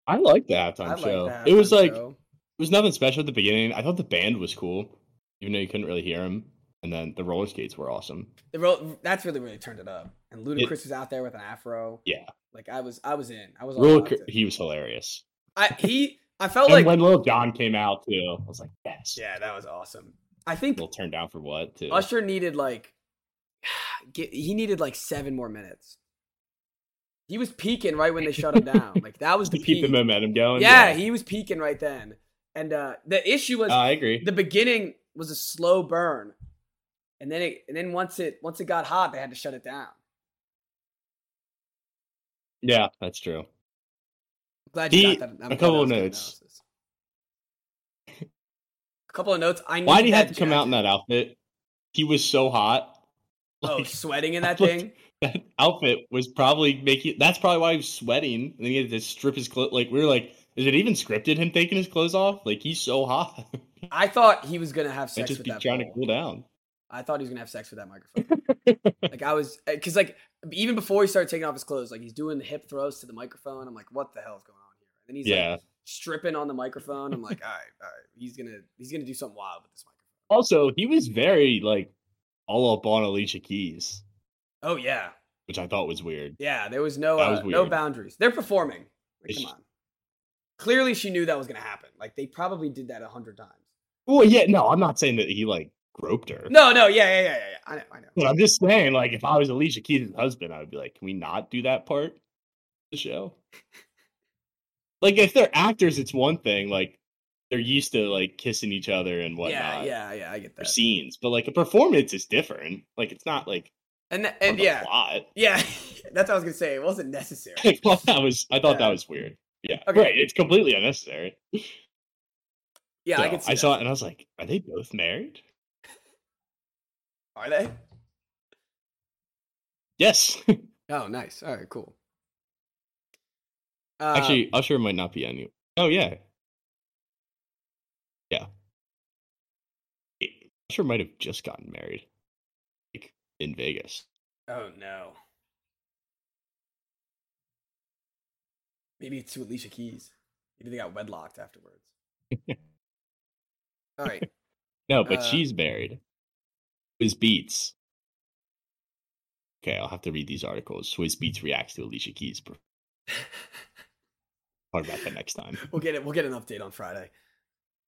I liked the I halftime liked show. that it was halftime like it show. was nothing special at the beginning. I thought the band was cool, even though you couldn't really hear them. And then the roller skates were awesome. The real, that's really really turned it up. And Ludacris was out there with an afro. Yeah. like I was. I was in. I was. All Roller, about ca- it. he was hilarious. I he. I felt and like. when Lil John came out too, I was like, yes. yeah, that was awesome. I think Lil turned down for what? Too. Usher needed like. Get, he needed like seven more minutes. He was peaking right when they shut him down. Like that was to the keep the peak. momentum going. yeah, he was peaking right then. And uh, the issue was Uh, I agree. the beginning was a slow burn, and then it and then once it once it got hot, they had to shut it down. yeah, that's true. I'm glad you He- got that. I'm a glad that couple was of good notes. analysis. A couple of notes. I need Why did he that have to come out in jacket. that outfit? He was so hot. Oh, Like, sweating in that Look. thing. that outfit was probably making. That's probably why he was sweating. And then he had to strip his clothes. Like we were like, is it even scripted? Him taking his clothes off? Like he's so hot. I thought he was gonna have Might sex just with be that. trying to pole. cool down. I thought he was gonna have sex with that microphone. like I was, because like even before he started taking off his clothes, like he's doing the hip throws to the microphone. I'm like, what the hell is going on here? And then he's like yeah. stripping on the microphone. I'm like, all right, all right, he's gonna he's gonna do something wild with this microphone. also, he was very like all up on Alicia Keys, Oh yeah, which I thought was weird. yeah. There was no That uh, was no weird. boundaries. They're performing. Like, It's- come on. Clearly, she knew that was gonna happen. Like they probably did that a hundred times. Well, yeah, no, I'm not saying that he like groped her. No, no, yeah, yeah, yeah, yeah. yeah. I know, I know. But I'm just saying, like, if I was Alicia Keys' husband, I would be like, can we not do that part of the show? like, if they're actors, it's one thing. Like, they're used to like kissing each other and whatnot yeah, yeah, yeah. I get for that. scenes, but like a performance is different. Like, it's not like And th- on and the yeah, plot. yeah. That's what I was gonna say. It wasn't necessary. Like, well, that was I thought Yeah. that was weird. Yeah, Okay. right. It's completely unnecessary. Yeah, I So can see. I that. saw it and I was like, are they both married? Are they? Yes. Oh, nice. All right, cool. Uh, Actually, Usher might not be any. Oh yeah, yeah. Wait, Usher might have just gotten married, like in Vegas. oh no. Maybe it's to Alicia Keys. Maybe they got wedlocked afterwards. All right. No, but Uh, she's married. Swizz Beats. Okay, I'll have to read these articles. Swizz Beats reacts to Alicia Keys. per- Talk about that next time. We'll get it. We'll get an update on Friday.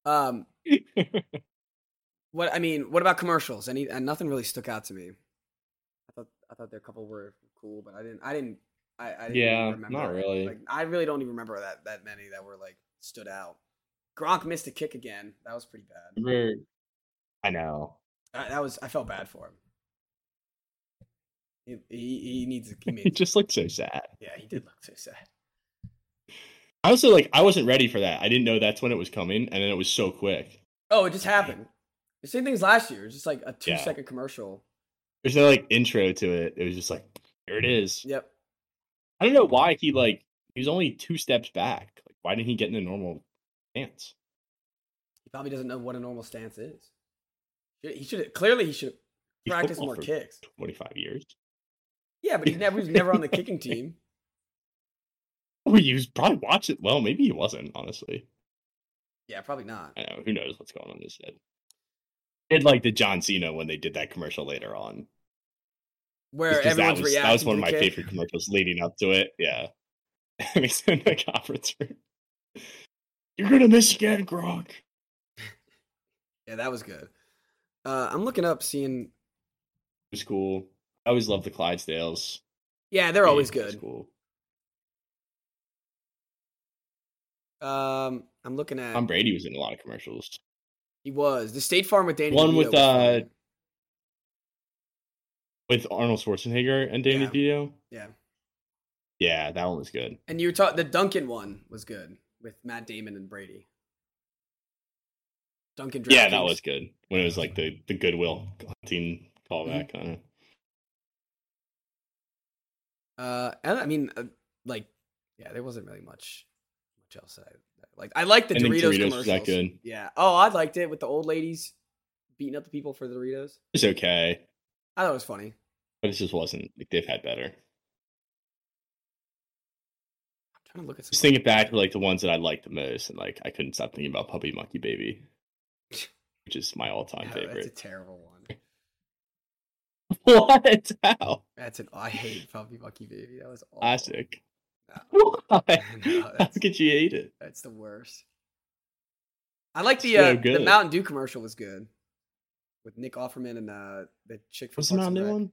Um, what I mean, what about commercials? Any uh, nothing really stuck out to me. I thought I thought there a couple were cool, but I didn't. I didn't. I, I didn't even Yeah, remember. not really. Like I really don't even remember that that many that were like stood out. Gronk missed a kick again. That was pretty bad. Remember- I know. Uh, that was I felt bad for him. He he, he needs. He It made, just looked so sad. yeah, he did look so sad. I also like I wasn't ready for that. I didn't know that's when it was coming, and then it was so quick. Oh, it just happened. The same thing as last year. It was just like a two second Yeah. commercial, There's no like intro to it. It was just like here it is. Yep. I don't know why he like he was only two steps back. Like why didn't he get in a normal stance? He probably doesn't know what a normal stance is. He should clearly he should He's practice football more for kicks. 25 years. Yeah, but he's never he was never on the kicking team. Oh, he was probably watching. Well, maybe he wasn't. Honestly, Yeah, probably not. I know who knows what's going on in his head. Did like the John Cena when they did that commercial later on? Where Just 'cause everyone's that was, reacting. that was one to of my the kick. favorite commercials leading up to it. Yeah, I mean, so in the conference room. You're gonna miss again, Gronk. Yeah, that was good. Uh, I'm looking up, seeing. It was cool. I always love the Clydesdales. Yeah, they're always It was good. Cool. Um, I'm looking at. Tom Brady was in a lot of commercials. he was the State Farm with Danny. One DeVito with, was fun. uh, with Arnold Schwarzenegger and Danny Yeah. DeVito. Yeah. Yeah, that one was good. and you were talking the Duncan one was good with Matt Damon and Brady. Duncan. yeah, that DraftKings. was good. When it was like the the Goodwill hunting Mm-hmm. callback kind of. Uh, and I mean, uh, like, yeah, there wasn't really much much else that I that I liked. I liked the And then Doritos, Doritos commercials. was that good. Yeah. Oh, I liked it with the old ladies beating up the people for the Doritos. It's okay, I thought it was funny. but it just wasn't. Like they've had better. I'm trying to look at Just some. thinking back to like the ones that I liked the most, and like I couldn't stop thinking about Puppy Monkey Baby, which is my all time Oh, that's a favorite. terrible one. What? How That's an I hate Puppy Monkey Baby. That was awful. classic? Why? No, How that's- could you hate it? That's the worst. I like the so uh, the good. Mountain Dew commercial was good with Nick Offerman and uh, the chick from Was it Parks not a and new Rec. one?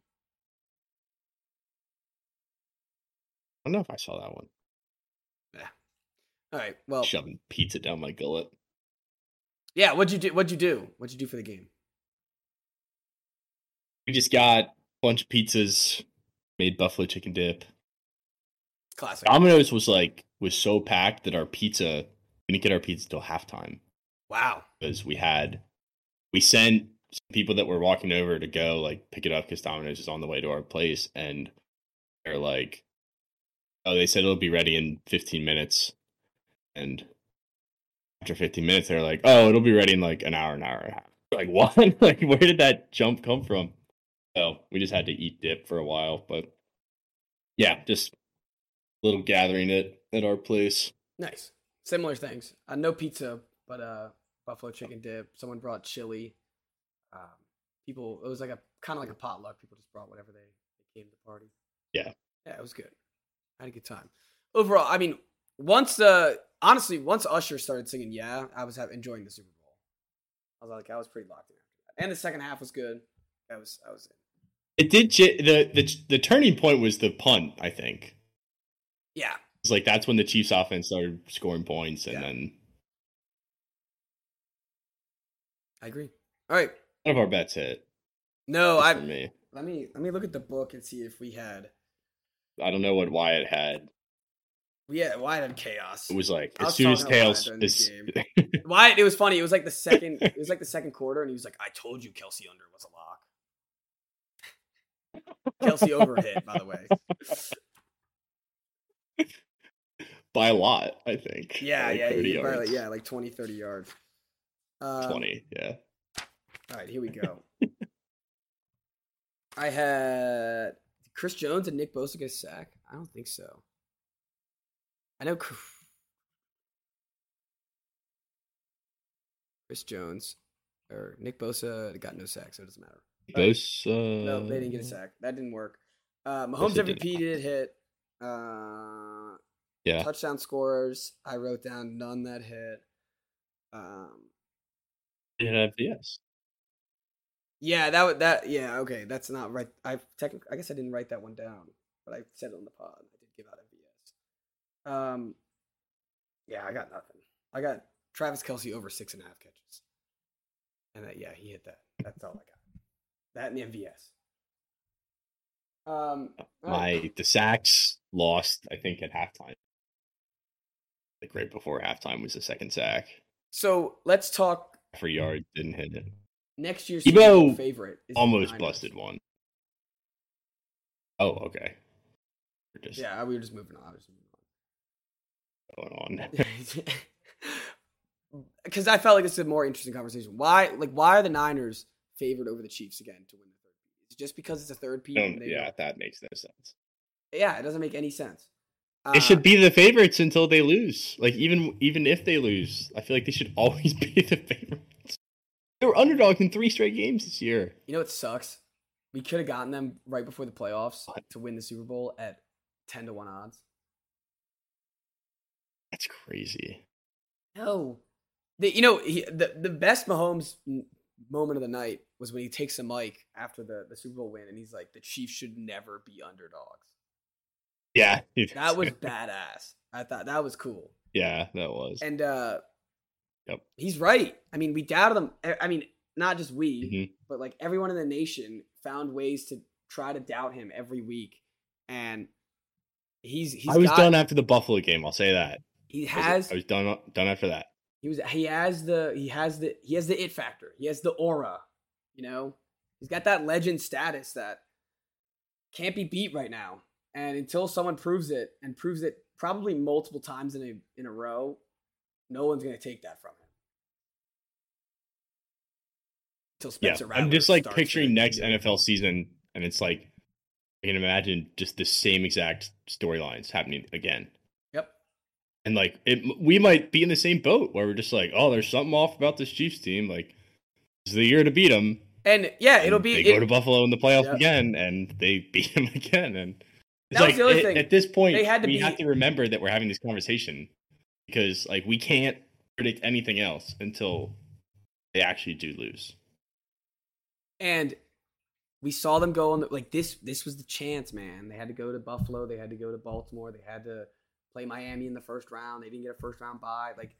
I don't know if I saw that one. All right. Well, Shoving pizza down my gullet. yeah. What'd you do? What'd you do? What'd you do for the game? We just got a bunch of pizzas, made buffalo chicken dip. Classic. Domino's was like was so packed that our pizza we didn't get our pizza till halftime wow. because we had we sent some people that were walking over to go like pick it up because Domino's is on the way to our place and they're like, oh, they said it'll be ready in 15 minutes, and after 15 minutes they're like, oh, it'll be ready in like an hour, an hour and a half. We're Like what? like where did that jump come from? So we just had to eat dip for a while, but yeah, just little gathering at at our place. Nice. Similar things. Uh, no pizza, but uh, buffalo chicken dip. Someone brought chili. Um, people. It was like a kind of like a potluck. People just brought whatever they, they came to the party. Yeah. Yeah, it was good. I had a good time. Overall, I mean, once the honestly, once Usher started singing "Yeah," I was have, enjoying the Super Bowl. I was like, I was pretty locked in. after that. And the second half was good. I was, I was in. It did ch- the the the turning point was the punt, I think. Yeah, It's like that's when the Chiefs offense started scoring points and Yeah. then I agree. All right. none of our bets hit. No, Just Oh, I for me. let me let me look at the book and see if we had I don't know what Wyatt had. we had why had chaos. It was like I as was soon as talking to Wyatt Tails during the is game. Wyatt, it was funny. It was like the second. It was like the second quarter, and he was like, "I told you, Kelsey under was a lock." Kelsey over hit, by the way. by a lot, I think. Yeah, By, like yeah, 30 yeah, probably, yards. yeah, like 20, 30 yards. Um, Twenty, yeah. All right, here we go. I had Chris Jones and Nick Bosa get a sack. I don't think so. I know Chr- Chris Jones or Nick Bosa got no sacks, so it doesn't matter. Both, uh, No, they didn't get a sack. That didn't work. Uh, it Mahomes didn't. MVP did hit. Uh, Yeah. Touchdown scorers. I wrote down none that hit. Um, They didn't have yes. Yeah, that would that yeah, okay. That's not right. I technically I guess I didn't write that one down, but I said it on the pod. I did give out MVS. Um Yeah, I got nothing. I got Travis Kelsey over six and a half catches. And that yeah, he hit that. That's all I got. That and the MVS. Um all right. My the sacks lost, I think, at halftime. Like right before halftime was the second sack. so let's talk Mm-hmm. For yards, didn't hit it. next year's You Super Bowl know, favorite. Is the Almost Niners. busted one. Oh, okay. We're just Yeah, we were just moving on. I was going on. moving on. Because I felt like this is a more interesting conversation. Why, like, why are the Niners favored over the Chiefs again to win the third? Is it just because it's a third peat? Don't- and they yeah, don't- that makes no sense. yeah, it doesn't make any sense. Uh, They should be the favorites until they lose. Like even even if they lose, I feel like they should always be the favorites. They were underdogs in three straight games this year. You know what sucks? We could have gotten them right before the playoffs to win the Super Bowl at ten to one odds. That's crazy. No, the, you know he, the the best Mahomes m- moment of the night was when he takes a mic after the the Super Bowl win, and he's like, "The Chiefs should never be underdogs." Yeah, That was badass. I thought that was cool, yeah, that was. and uh, Yep. he's right. I mean, we doubted him. I- I mean, not just we, Mhm. but like everyone in the nation found ways to try to doubt him every week, and he's he's I was got- done after the Buffalo game. I'll say that. He I was- has I was done done after that. he was he has the he has the he has the it factor. He has the aura. You know, he's got that legend status that can't be beat right now. And until someone proves it and proves it probably multiple times in a in a row, no one's gonna take that from him. Until Yeah, Spencer I'm Rattler just like starts picturing to- next NFL season, and it's like I can imagine just the same exact storylines happening again. Yep. And like it, we might be in the same boat where we're just like, oh, there's something off about this Chiefs team. Like, it's the year to beat them. And yeah, it'll be They it- go to Buffalo in the playoffs Yep. again, and they beat them again. And it's That was like the other at- thing. at this point, They had to we have be- to remember that we're having this conversation because like we can't predict anything else until they actually do lose. and we saw them go on the, like this this was the chance man they had to go to buffalo they had to go to baltimore they had to play miami in the first round they didn't get a first round bye like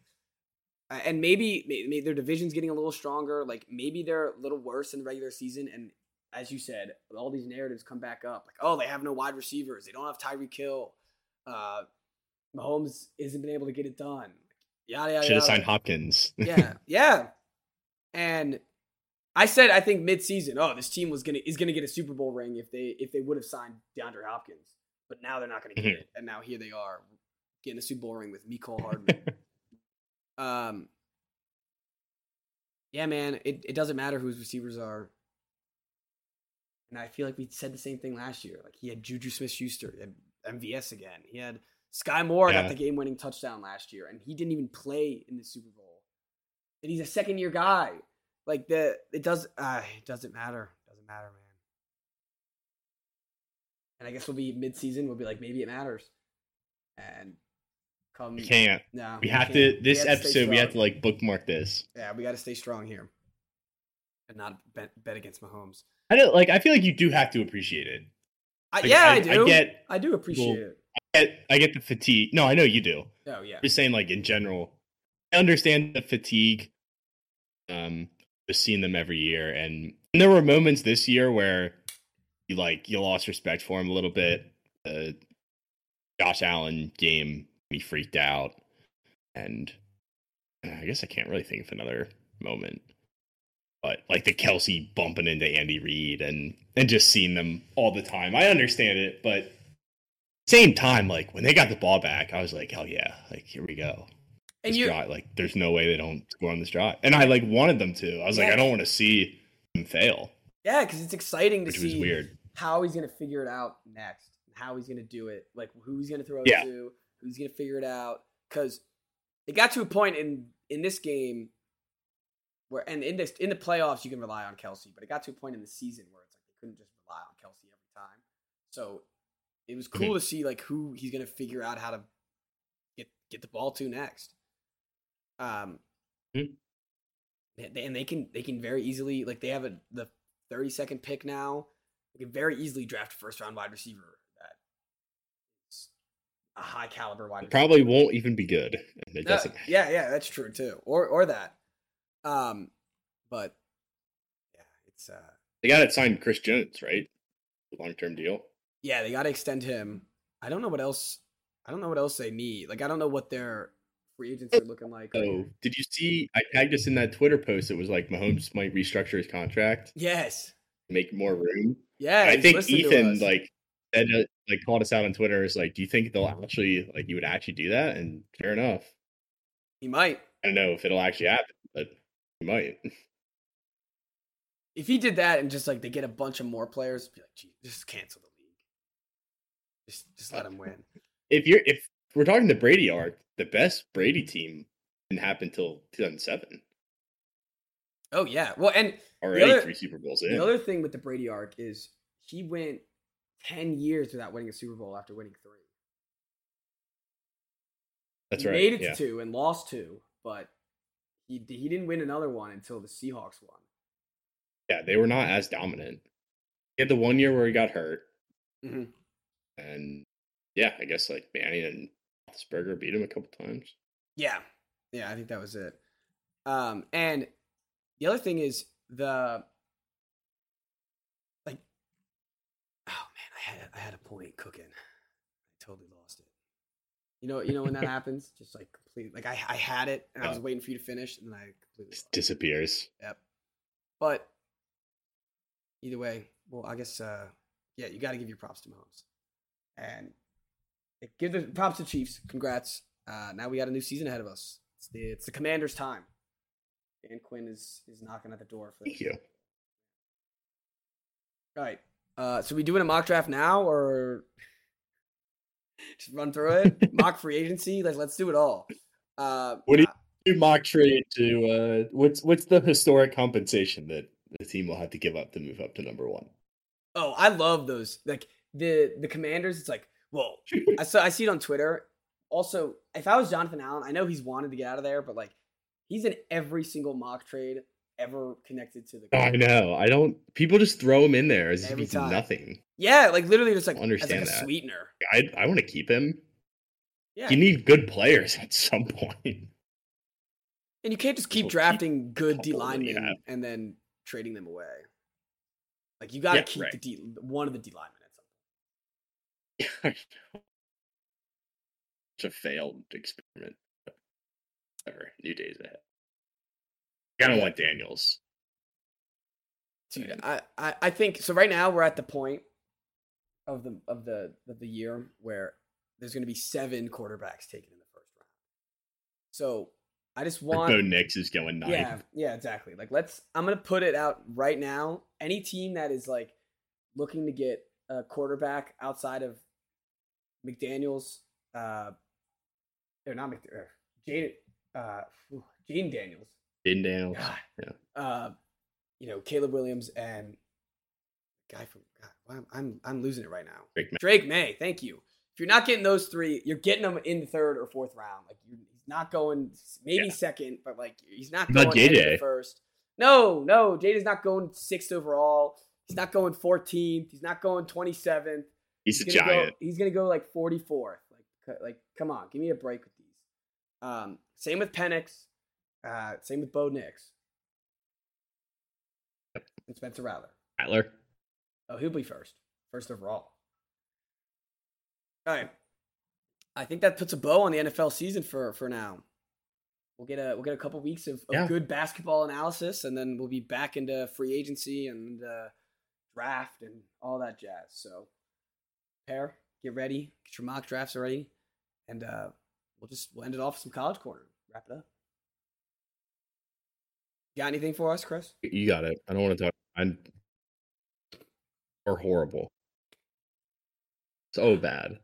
uh, and maybe, may- may their division's getting a little stronger like maybe they're a little worse in the regular season and as you said all these narratives come back up like oh they have no wide receivers they don't have Tyree kill uh mahomes isn't been able to get it done yada yada Should have yada signed Hopkins. yeah, yeah. And I said I think mid-season, oh, this team was gonna is gonna get a Super Bowl ring if they if they would have signed DeAndre Hopkins, but now they're not gonna get Mhm. it, and now here they are getting a Super Bowl ring with Nicole Hardman. um, yeah, man, it it doesn't matter whose receivers are. And I feel like we said the same thing last year. Like he had Juju Smith-Schuster, he had MVS again. He had Sky Moore Yeah. got the game-winning touchdown last year, and he didn't even play in the Super Bowl. And he's a second-year guy. Like the it does uh, it doesn't matter. doesn't matter, man. And I guess we'll be mid-season. We'll be like maybe it matters. And come we can't. no, We have can't. to. This have to stay episode, we have to strong. like bookmark this. Yeah, we got to stay strong here, and not bet, bet against Mahomes. I don't like. I feel like you do have to appreciate it. I, Like, yeah, I, do. I I, get. do appreciate it. I get- I get the fatigue. No, I know you do. Oh yeah, I'm just saying, like in general, I understand the fatigue. Um, just seeing them every year, and, and there were moments this year where you like you lost respect for him a little bit. The Josh Allen game, we freaked out, and I guess I can't really think of another moment. But like the Kelsey bumping into Andy Reid and and just seeing them all the time, I understand it, but same time, like when they got the ball back, I was like, hell yeah, like here we go. and This you drive, like there's no way they don't score on this drive. And I like wanted them to. I was like, Yeah. I don't want to see them fail, yeah, because it's exciting to which was see weird. how he's gonna figure it out next, how he's gonna do it, like who he's gonna throw it Yeah. to, who's gonna figure it out. Because it got to a point in in this game where, and in this in the playoffs, you can rely on Kelsey, but it got to a point in the season where it's like they couldn't just rely on Kelsey every time. So it was cool to see like who he's gonna figure out how to get get the ball to next. Um, Mhm. and they- and they can they can very easily like they have a the thirty second pick now. They can very easily draft a first round wide receiver that's a high caliber wide It receiver. probably won't even be good. And it No, doesn't. yeah, yeah, that's true too. Or or that. Um, but yeah, it's uh, They got it signed Chris Jones, right? Long term deal. yeah, they got to extend him. I don't know what else. I don't know what else they need. Like I don't know what their free agents are looking like. Oh, did you see? I tagged us in that Twitter post. It was like Mahomes might restructure his contract, Yes. make more room. Yeah, And I he's think listened to Ethan us. like said uh, like called us out on Twitter is like, do you think they'll actually like you would actually do that? And fair enough. He might. I don't know if it'll actually happen, but it might. If he did that and just like they get a bunch of more players, be like, gee, just cancel the league. Just just let him win. If you're if we're talking the Brady arc, the best Brady team didn't happen till 2007. Oh yeah. Well, and Already other- three Super Bowls the in. other thing with the Brady arc is he went ten years without winning a Super Bowl after winning three. That's he right. Made it yeah. to two and lost two, but he he didn't win another one until the Seahawks won. yeah, they were not as dominant. He had the one year where he got hurt, Mhm. and yeah, I guess like Manning and Roethlisberger beat him a couple times. Yeah. Yeah, I think that was it. Um, and the other thing is the like oh man, I had I had a point cooking. I totally lost it. You know, you know when that happens? Just like completely like I I had it and I was Oh. waiting for you to finish and then I completely Just lost it. disappears. Yep. But either way, well, I guess uh yeah, you got to give your props to Mahomes. And yeah, give the props to Chiefs. Congrats. Uh now we got a new season ahead of us. It's the it's the Commanders time. Dan Quinn is is knocking at the door for Thank this. you. All right. Uh so we doing a mock draft now or just run through it? mock free agency? Like let's do it all. Uh What do you- Two mock trade to uh, what's what's the historic compensation that the team will have to give up to move up to number one? Oh, I love those. Like the the commanders, it's like, whoa. I saw I see it on Twitter. Also, if I was Jonathan Allen, I know he's wanted to get out of there, but like he's in every single mock trade ever connected to the Oh, I know. I don't. People just throw him in there as if Every he's time. nothing. Yeah, like literally just like as I like understand a that. sweetener. I I want to keep him. Yeah. You need good players at some point. and you can't just Well, keep keep drafting good D couple that you linemen have. and then trading them away. Like you gotta Yeah, keep right. the D one of the D linemen at some it's a failed experiment. Whatever. New days ahead. I kind of want Daniels. Dude, Right. I, I, I think so. Right now, we're at the point of the of the of the year where there's going to be seven quarterbacks taken in the first round. So I just Or want, Bo Nix is going ninth. yeah, yeah, exactly. Like let's. I'm going to put it out right now. Any team that is like looking to get a quarterback outside of McDaniel's, uh, or not McDaniel, Jaden, uh, ooh, Jaden Daniels. Jaden Daniels. God. Yeah. Uh, you know, Caleb Williams and guy from God, why am- I'm I'm losing it right now. Drake May. Drake May, thank you. If you're not getting those three, you're getting them in the third or fourth round. Like you, he's not going maybe Yeah. second, but like he's not Not going end of JJ. the first. No, no, Jada's not going sixth overall. He's not going 14th. He's not going 27th. He's a gonna go- giant. he's gonna go like 44th. Like, c- like, come on, give me a break with these. Um, same with Penix. Uh, same with Bo Nix. And Spencer Rattler. Rattler. Oh, he'll be first, first overall. All right. I think that puts a bow on the NFL season for for now. We'll get a we'll get a couple weeks of, of Yeah. good basketball analysis, and then we'll be back into free agency and uh, draft and all that jazz. So, prepare, get ready, get your mock drafts ready, and uh, we'll just we'll end it off with some college corner. Wrap it up. Got anything for us, Chris? You got it. I don't want to talk. I'm. Or horrible. So bad.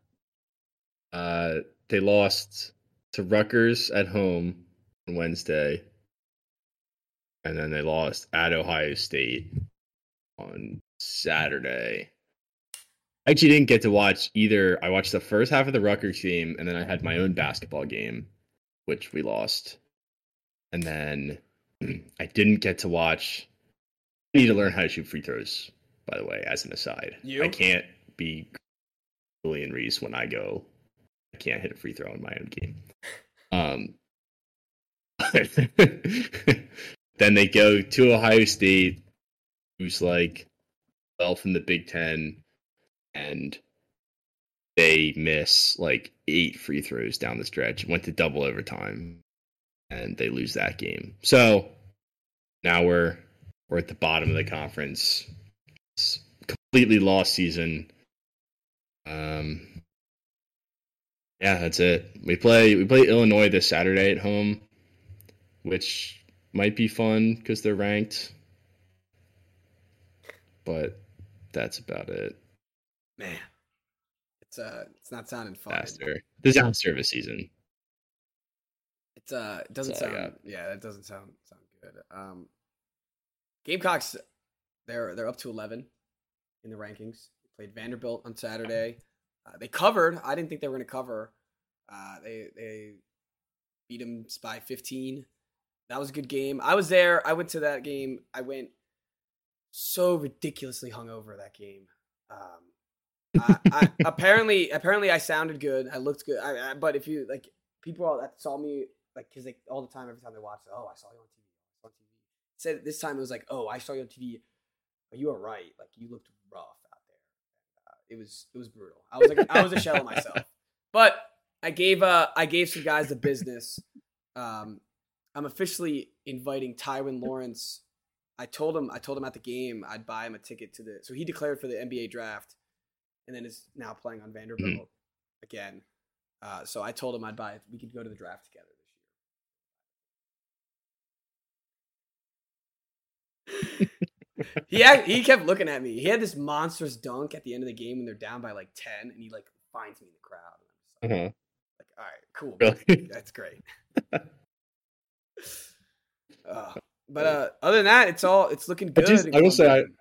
Uh, they lost to Rutgers at home on Wednesday, and then they lost at Ohio State on Saturday. I actually didn't get to watch either. I watched the first half of the Rutgers game, and then I had my own basketball game, which we lost. And then I didn't get to watch. I need to learn how to shoot free throws. By the way, as an aside, You? I can't be Julian Reese when I go. I can't hit a free throw in my own game. Um, then they go to Ohio State, who's like well from the Big Ten, and they miss like eight free throws down the stretch. Went to double overtime, and they lose that game. So now we're we're at the bottom of the conference. It's completely lost season. Um, yeah, that's it. We play we play Illinois this Saturday at home, which might be fun because they're ranked. But that's about it. Man, it's uh, it's not sounding fun. Disaster. Disaster of a season. It's uh, it doesn't That's all I sound. Yeah, that doesn't sound sound good. Um, Gamecocks, they're they're up to eleven in the rankings. They played Vanderbilt on Saturday. Uh, they covered. I didn't think they were going to cover. Uh, they they beat them by fifteen. That was a good game. I was there. I went to that game. I went so ridiculously hungover that game. Um, I, I, apparently, apparently, I sounded good. I looked good. I, I, but if you like, people all that saw me like because they all the time every time they watched oh i saw you on tv I saw you on tv said this time it was like oh i saw you on tv but you were right like you looked rough out there uh, it was it was brutal i was like i was a shell of myself but i gave uh i gave some guys the business um i'm officially inviting tywin lawrence i told him i told him at the game i'd buy him a ticket to the so he declared for the nba draft and then is now playing on vanderbilt again uh, so I told him I'd buy it. We could go to the draft together this year. he act, he kept looking at me. He had this monstrous dunk at the end of the game when they're down by like ten, and he like finds me in the crowd. And I'm just Uh-huh. like, all right, cool, bro. Really? that's great. Uh, but uh, other than that, it's all it's looking I good. just- and I will say going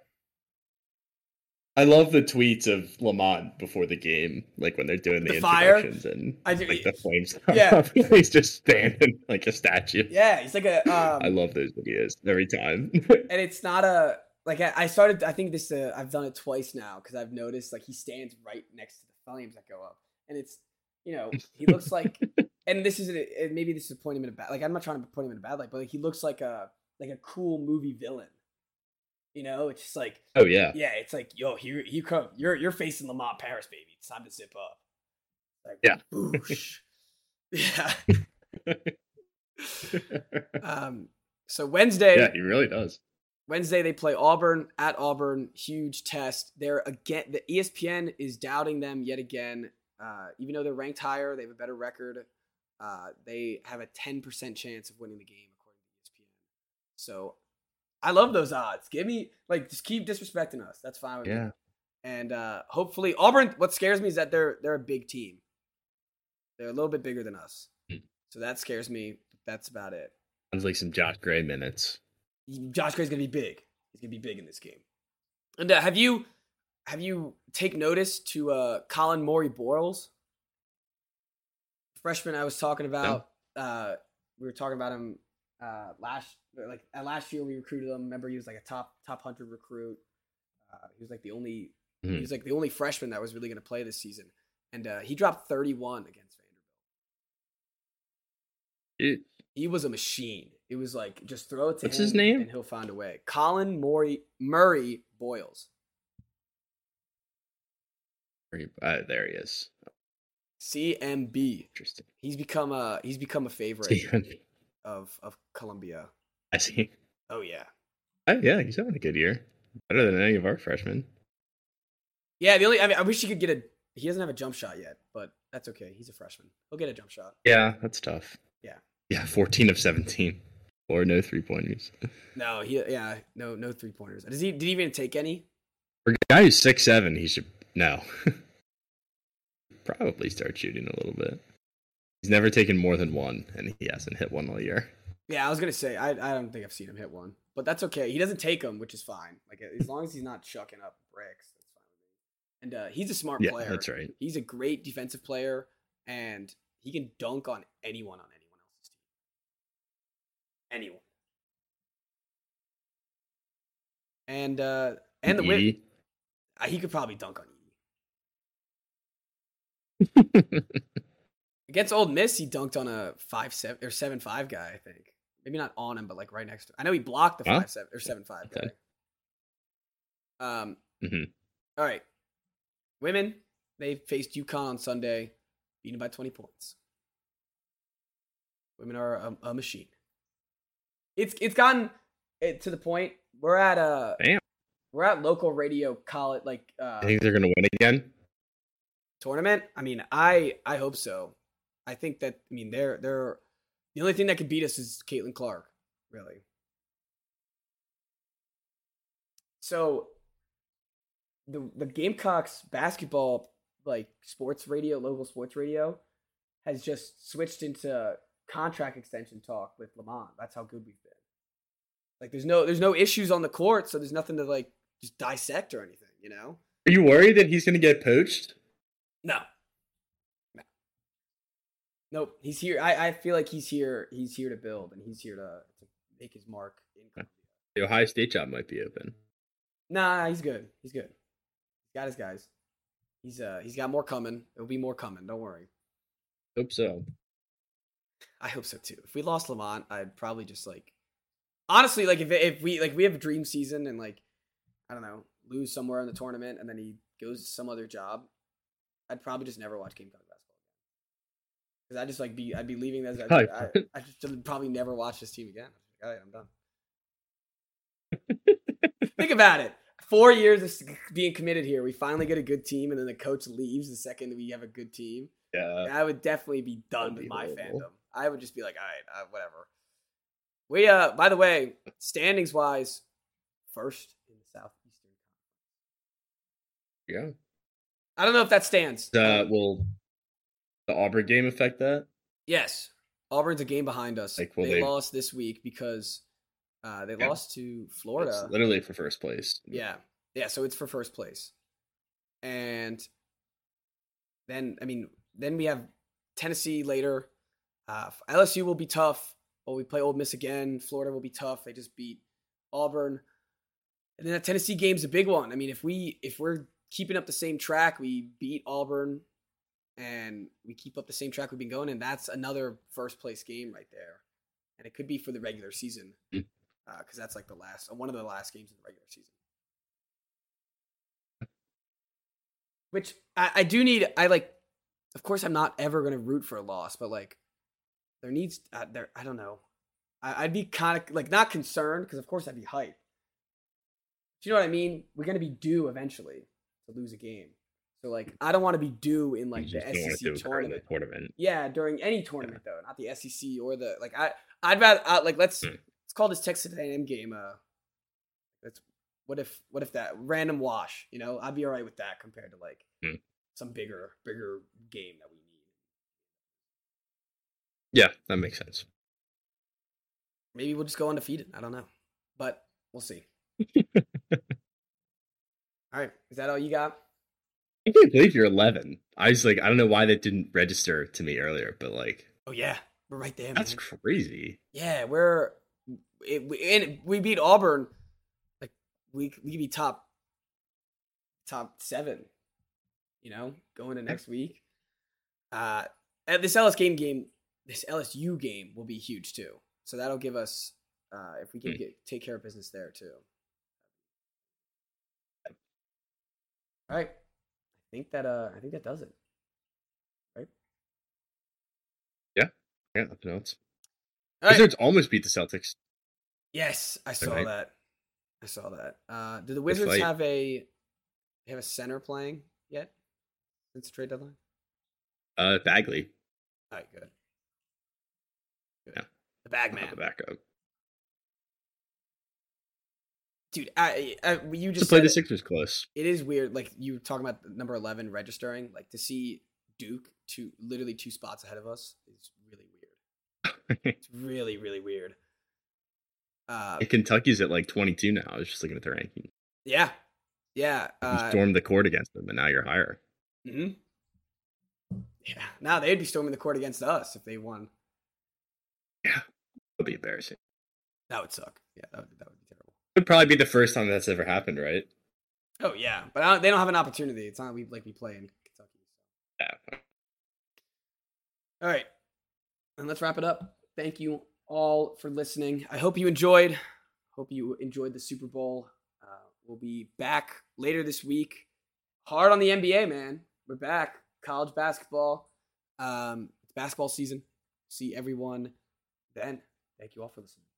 I love the tweets of Lamont before the game, like when they're doing the, The fire? introductions and I do- like the flames. Yeah. up. he's just standing like a statue. good. yeah, he's like a um, I love those videos every time. and it's not a like I, I started. I think this uh, I've done it twice now because I've noticed like he stands right next to the flames that go up, and it's you know he looks like, and this is a, and maybe this is pointing him in a bad like I'm not trying to point him in a bad light, but like he looks like a like a cool movie villain. You know, it's just like oh yeah, yeah, it's like yo, here you come, you're you're facing Lamont Paris, baby. It's time to zip up. Like Yeah. whoosh. yeah. Um. So Wednesday, yeah, he really does. Wednesday they play Auburn at Auburn. Huge test. They're again. The E ESPN is doubting them yet again. Uh, even though they're ranked higher, they have a better record. Uh, they have a ten percent chance of winning the game according to E ESPN. So, I love those odds. Give me like just keep disrespecting us. That's fine with me. Yeah, And uh, hopefully Auburn. What scares me is that they're they're a big team. They're a little bit bigger than us, Hmm. so that scares me. That's about it. sounds like some Josh Gray minutes. Josh Gray's gonna be big. He's gonna be big in this game. And uh, have you have you take notice to uh, Colin Morey Borals, freshman? I was talking about. Uh, we were talking about him uh, last like uh, last year. We recruited him. Remember, he was like a top top hundred recruit. Uh, he was like the only he Mhm. was like the only freshman that was really gonna play this season, and uh, he dropped thirty one against Vanderbilt It- he was a machine. It was like just throw it to What's him his name? and he'll find a way. Colin Murray Murray Boyles. uh, there he is. CMB. Interesting. He's become a he's become a favorite I of of Columbia. see. Oh yeah. Oh, yeah, he's having a good year. Better than any of our freshmen. Yeah, the only I mean I wish he could get a he doesn't have a jump shot yet, but that's okay. He's a freshman. He'll get a jump shot. Yeah, that's tough. Yeah. Yeah, 14 of 17. Or no three pointers. No, he yeah, no no three pointers. Does he did he even take any? For a guy who's six seven, he should no. Probably start shooting a little bit. He's never taken more than one, and he hasn't hit one all year. Yeah, I was gonna say I I don't think I've seen him hit one, but that's okay. He doesn't take them, which is fine. Like as long as he's not chucking up bricks, that's fine. And uh, he's a smart yeah, player. that's right. He's a great defensive player, and he can dunk on anyone on anyone else's team. Anyone. And uh, and the win. Edie. uh, He could probably dunk on Edie. Against Old Miss, he dunked on a five seven or seven five guy. I think maybe not on him, but like right next to. I know he blocked the Huh? five seven or seven five guy. Okay. Um. Mhm. all right, women. They faced UConn on Sunday, beaten by twenty points. Women are a, a machine. It's it's gotten it, to the point we're at a Damn. we're at local radio college like uh, I think they're gonna win again. tournament? I mean, I I hope so. I think that I mean they're they're the only thing that could beat us is Caitlin Clark, really. So the the Gamecocks basketball like sports radio, local sports radio, has just switched into contract extension talk with Lamont. That's how good we've been. Like there's no there's no issues on the court, so there's nothing to like just dissect or anything, you know? Are you worried that he's going to get poached? No. No. Nope. He's here. I, I feel like he's here. He's here to build and he's here to, to make his mark. In Columbia. The Ohio State job might be open. Nah, he's good. He's good. He's got his guys. He's uh he's got more coming. There'll be more coming. Don't worry. Hope so. I hope so too. If we lost Lamont, I'd probably just like honestly like if if we like we have a dream season and like I don't know lose somewhere in the tournament and then he goes to some other job, I'd probably just never watch Gamecock basketball again because I just like be I'd be leaving as I, Right. I I just would probably never watch this team again. All right, I'm done. Think about it. Four years of s- being committed here, we finally get a good team, and then the coach leaves the second we have a good team. Yeah. I would definitely be that'd done with be my horrible. fandom. I would just be like, all right, uh, whatever. We uh, by the way, standings wise, first in the southeastern. Yeah. I don't know if that stands. Um, Uh, will the Auburn game affect that? yes, Auburn's a game behind us. Like, will they, they- lost this week because uh, they Yeah. lost to Florida. It's literally for first place. Yeah. Yeah, so it's for first place. And then I mean, then we have Tennessee later. Uh LSU will be tough. Well, we play Old Miss again. Florida will be tough. They just beat Auburn. And then that Tennessee game's a big one. I mean, if we if we're keeping up the same track, we beat Auburn and we keep up the same track we've been going, and that's another first place game right there. And it could be for the regular season. Mm. Because that's like the last, uh, one of the last games of the regular season. Which I, I do need. I like. Of course, I'm not ever going to root for a loss, but like, there needs. Uh, there, I don't know. I, I'd be kind of like not concerned because of course I'd be hyped. Do you know what I mean? We're going to be due eventually to lose a game, so like I don't want to be due in like You the just don't want it to SEC occur in the tournament. tournament. Yeah, during any tournament though, not the SEC or the like. I I'd rather I, like let's Hmm. let's call this Texas A&M game. Uh, that's what if what if that random wash? You know, I'd be all right with that compared to like Hmm. some bigger bigger game that we need. Yeah, that makes sense. Maybe we'll just go undefeated. I don't know, but we'll see. all right, is that all you got? I can't believe you're 11. I was like, I don't know why that didn't register to me earlier, but like, Oh yeah, we're right there. that's man. crazy. Yeah, we're it, we, and we beat Auburn. Like we we could be top top seven. You know, going to next week. Uh, and this LS game game, this LSU game will be huge too. So that'll give us uh, if we can Hmm. get take care of business there too. All right, I think that uh, I think that does it. Yeah, nothing else. All right. Wizards almost beat the Celtics. Yes, I saw right. that. I saw that. Uh, do the Wizards fight. have a they have a center playing yet since the trade deadline? Uh, Bagley, All right, good. good. Yeah. The bag not the man, backup. dude. I, I you To just play said the it. Sixers close. it is weird. Like you were talking about number eleven registering. Like to see Duke two literally two spots ahead of us is really weird. It's really really weird. Uh, And Kentucky's at like 22 now. I was just looking at their ranking. yeah, yeah. You Uh, stormed the court against them, and now you're higher. hmm mm-hmm. Yeah. Now they'd be storming the court against us if they won. It'll be embarrassing. That would suck. Yeah, that would, that would be terrible. It would probably be the first time that's ever happened, right? Oh yeah, but I don't, they don't have an opportunity. It's not we like we play in Kentucky. Yeah. All right, and let's wrap it up. Thank you all for listening. I hope you enjoyed. Hope you enjoyed the Super Bowl. Uh, we'll be back later this week. Hard on the NBA, man. We're back. College basketball. Um, it's basketball season. See everyone then. Thank you all for listening.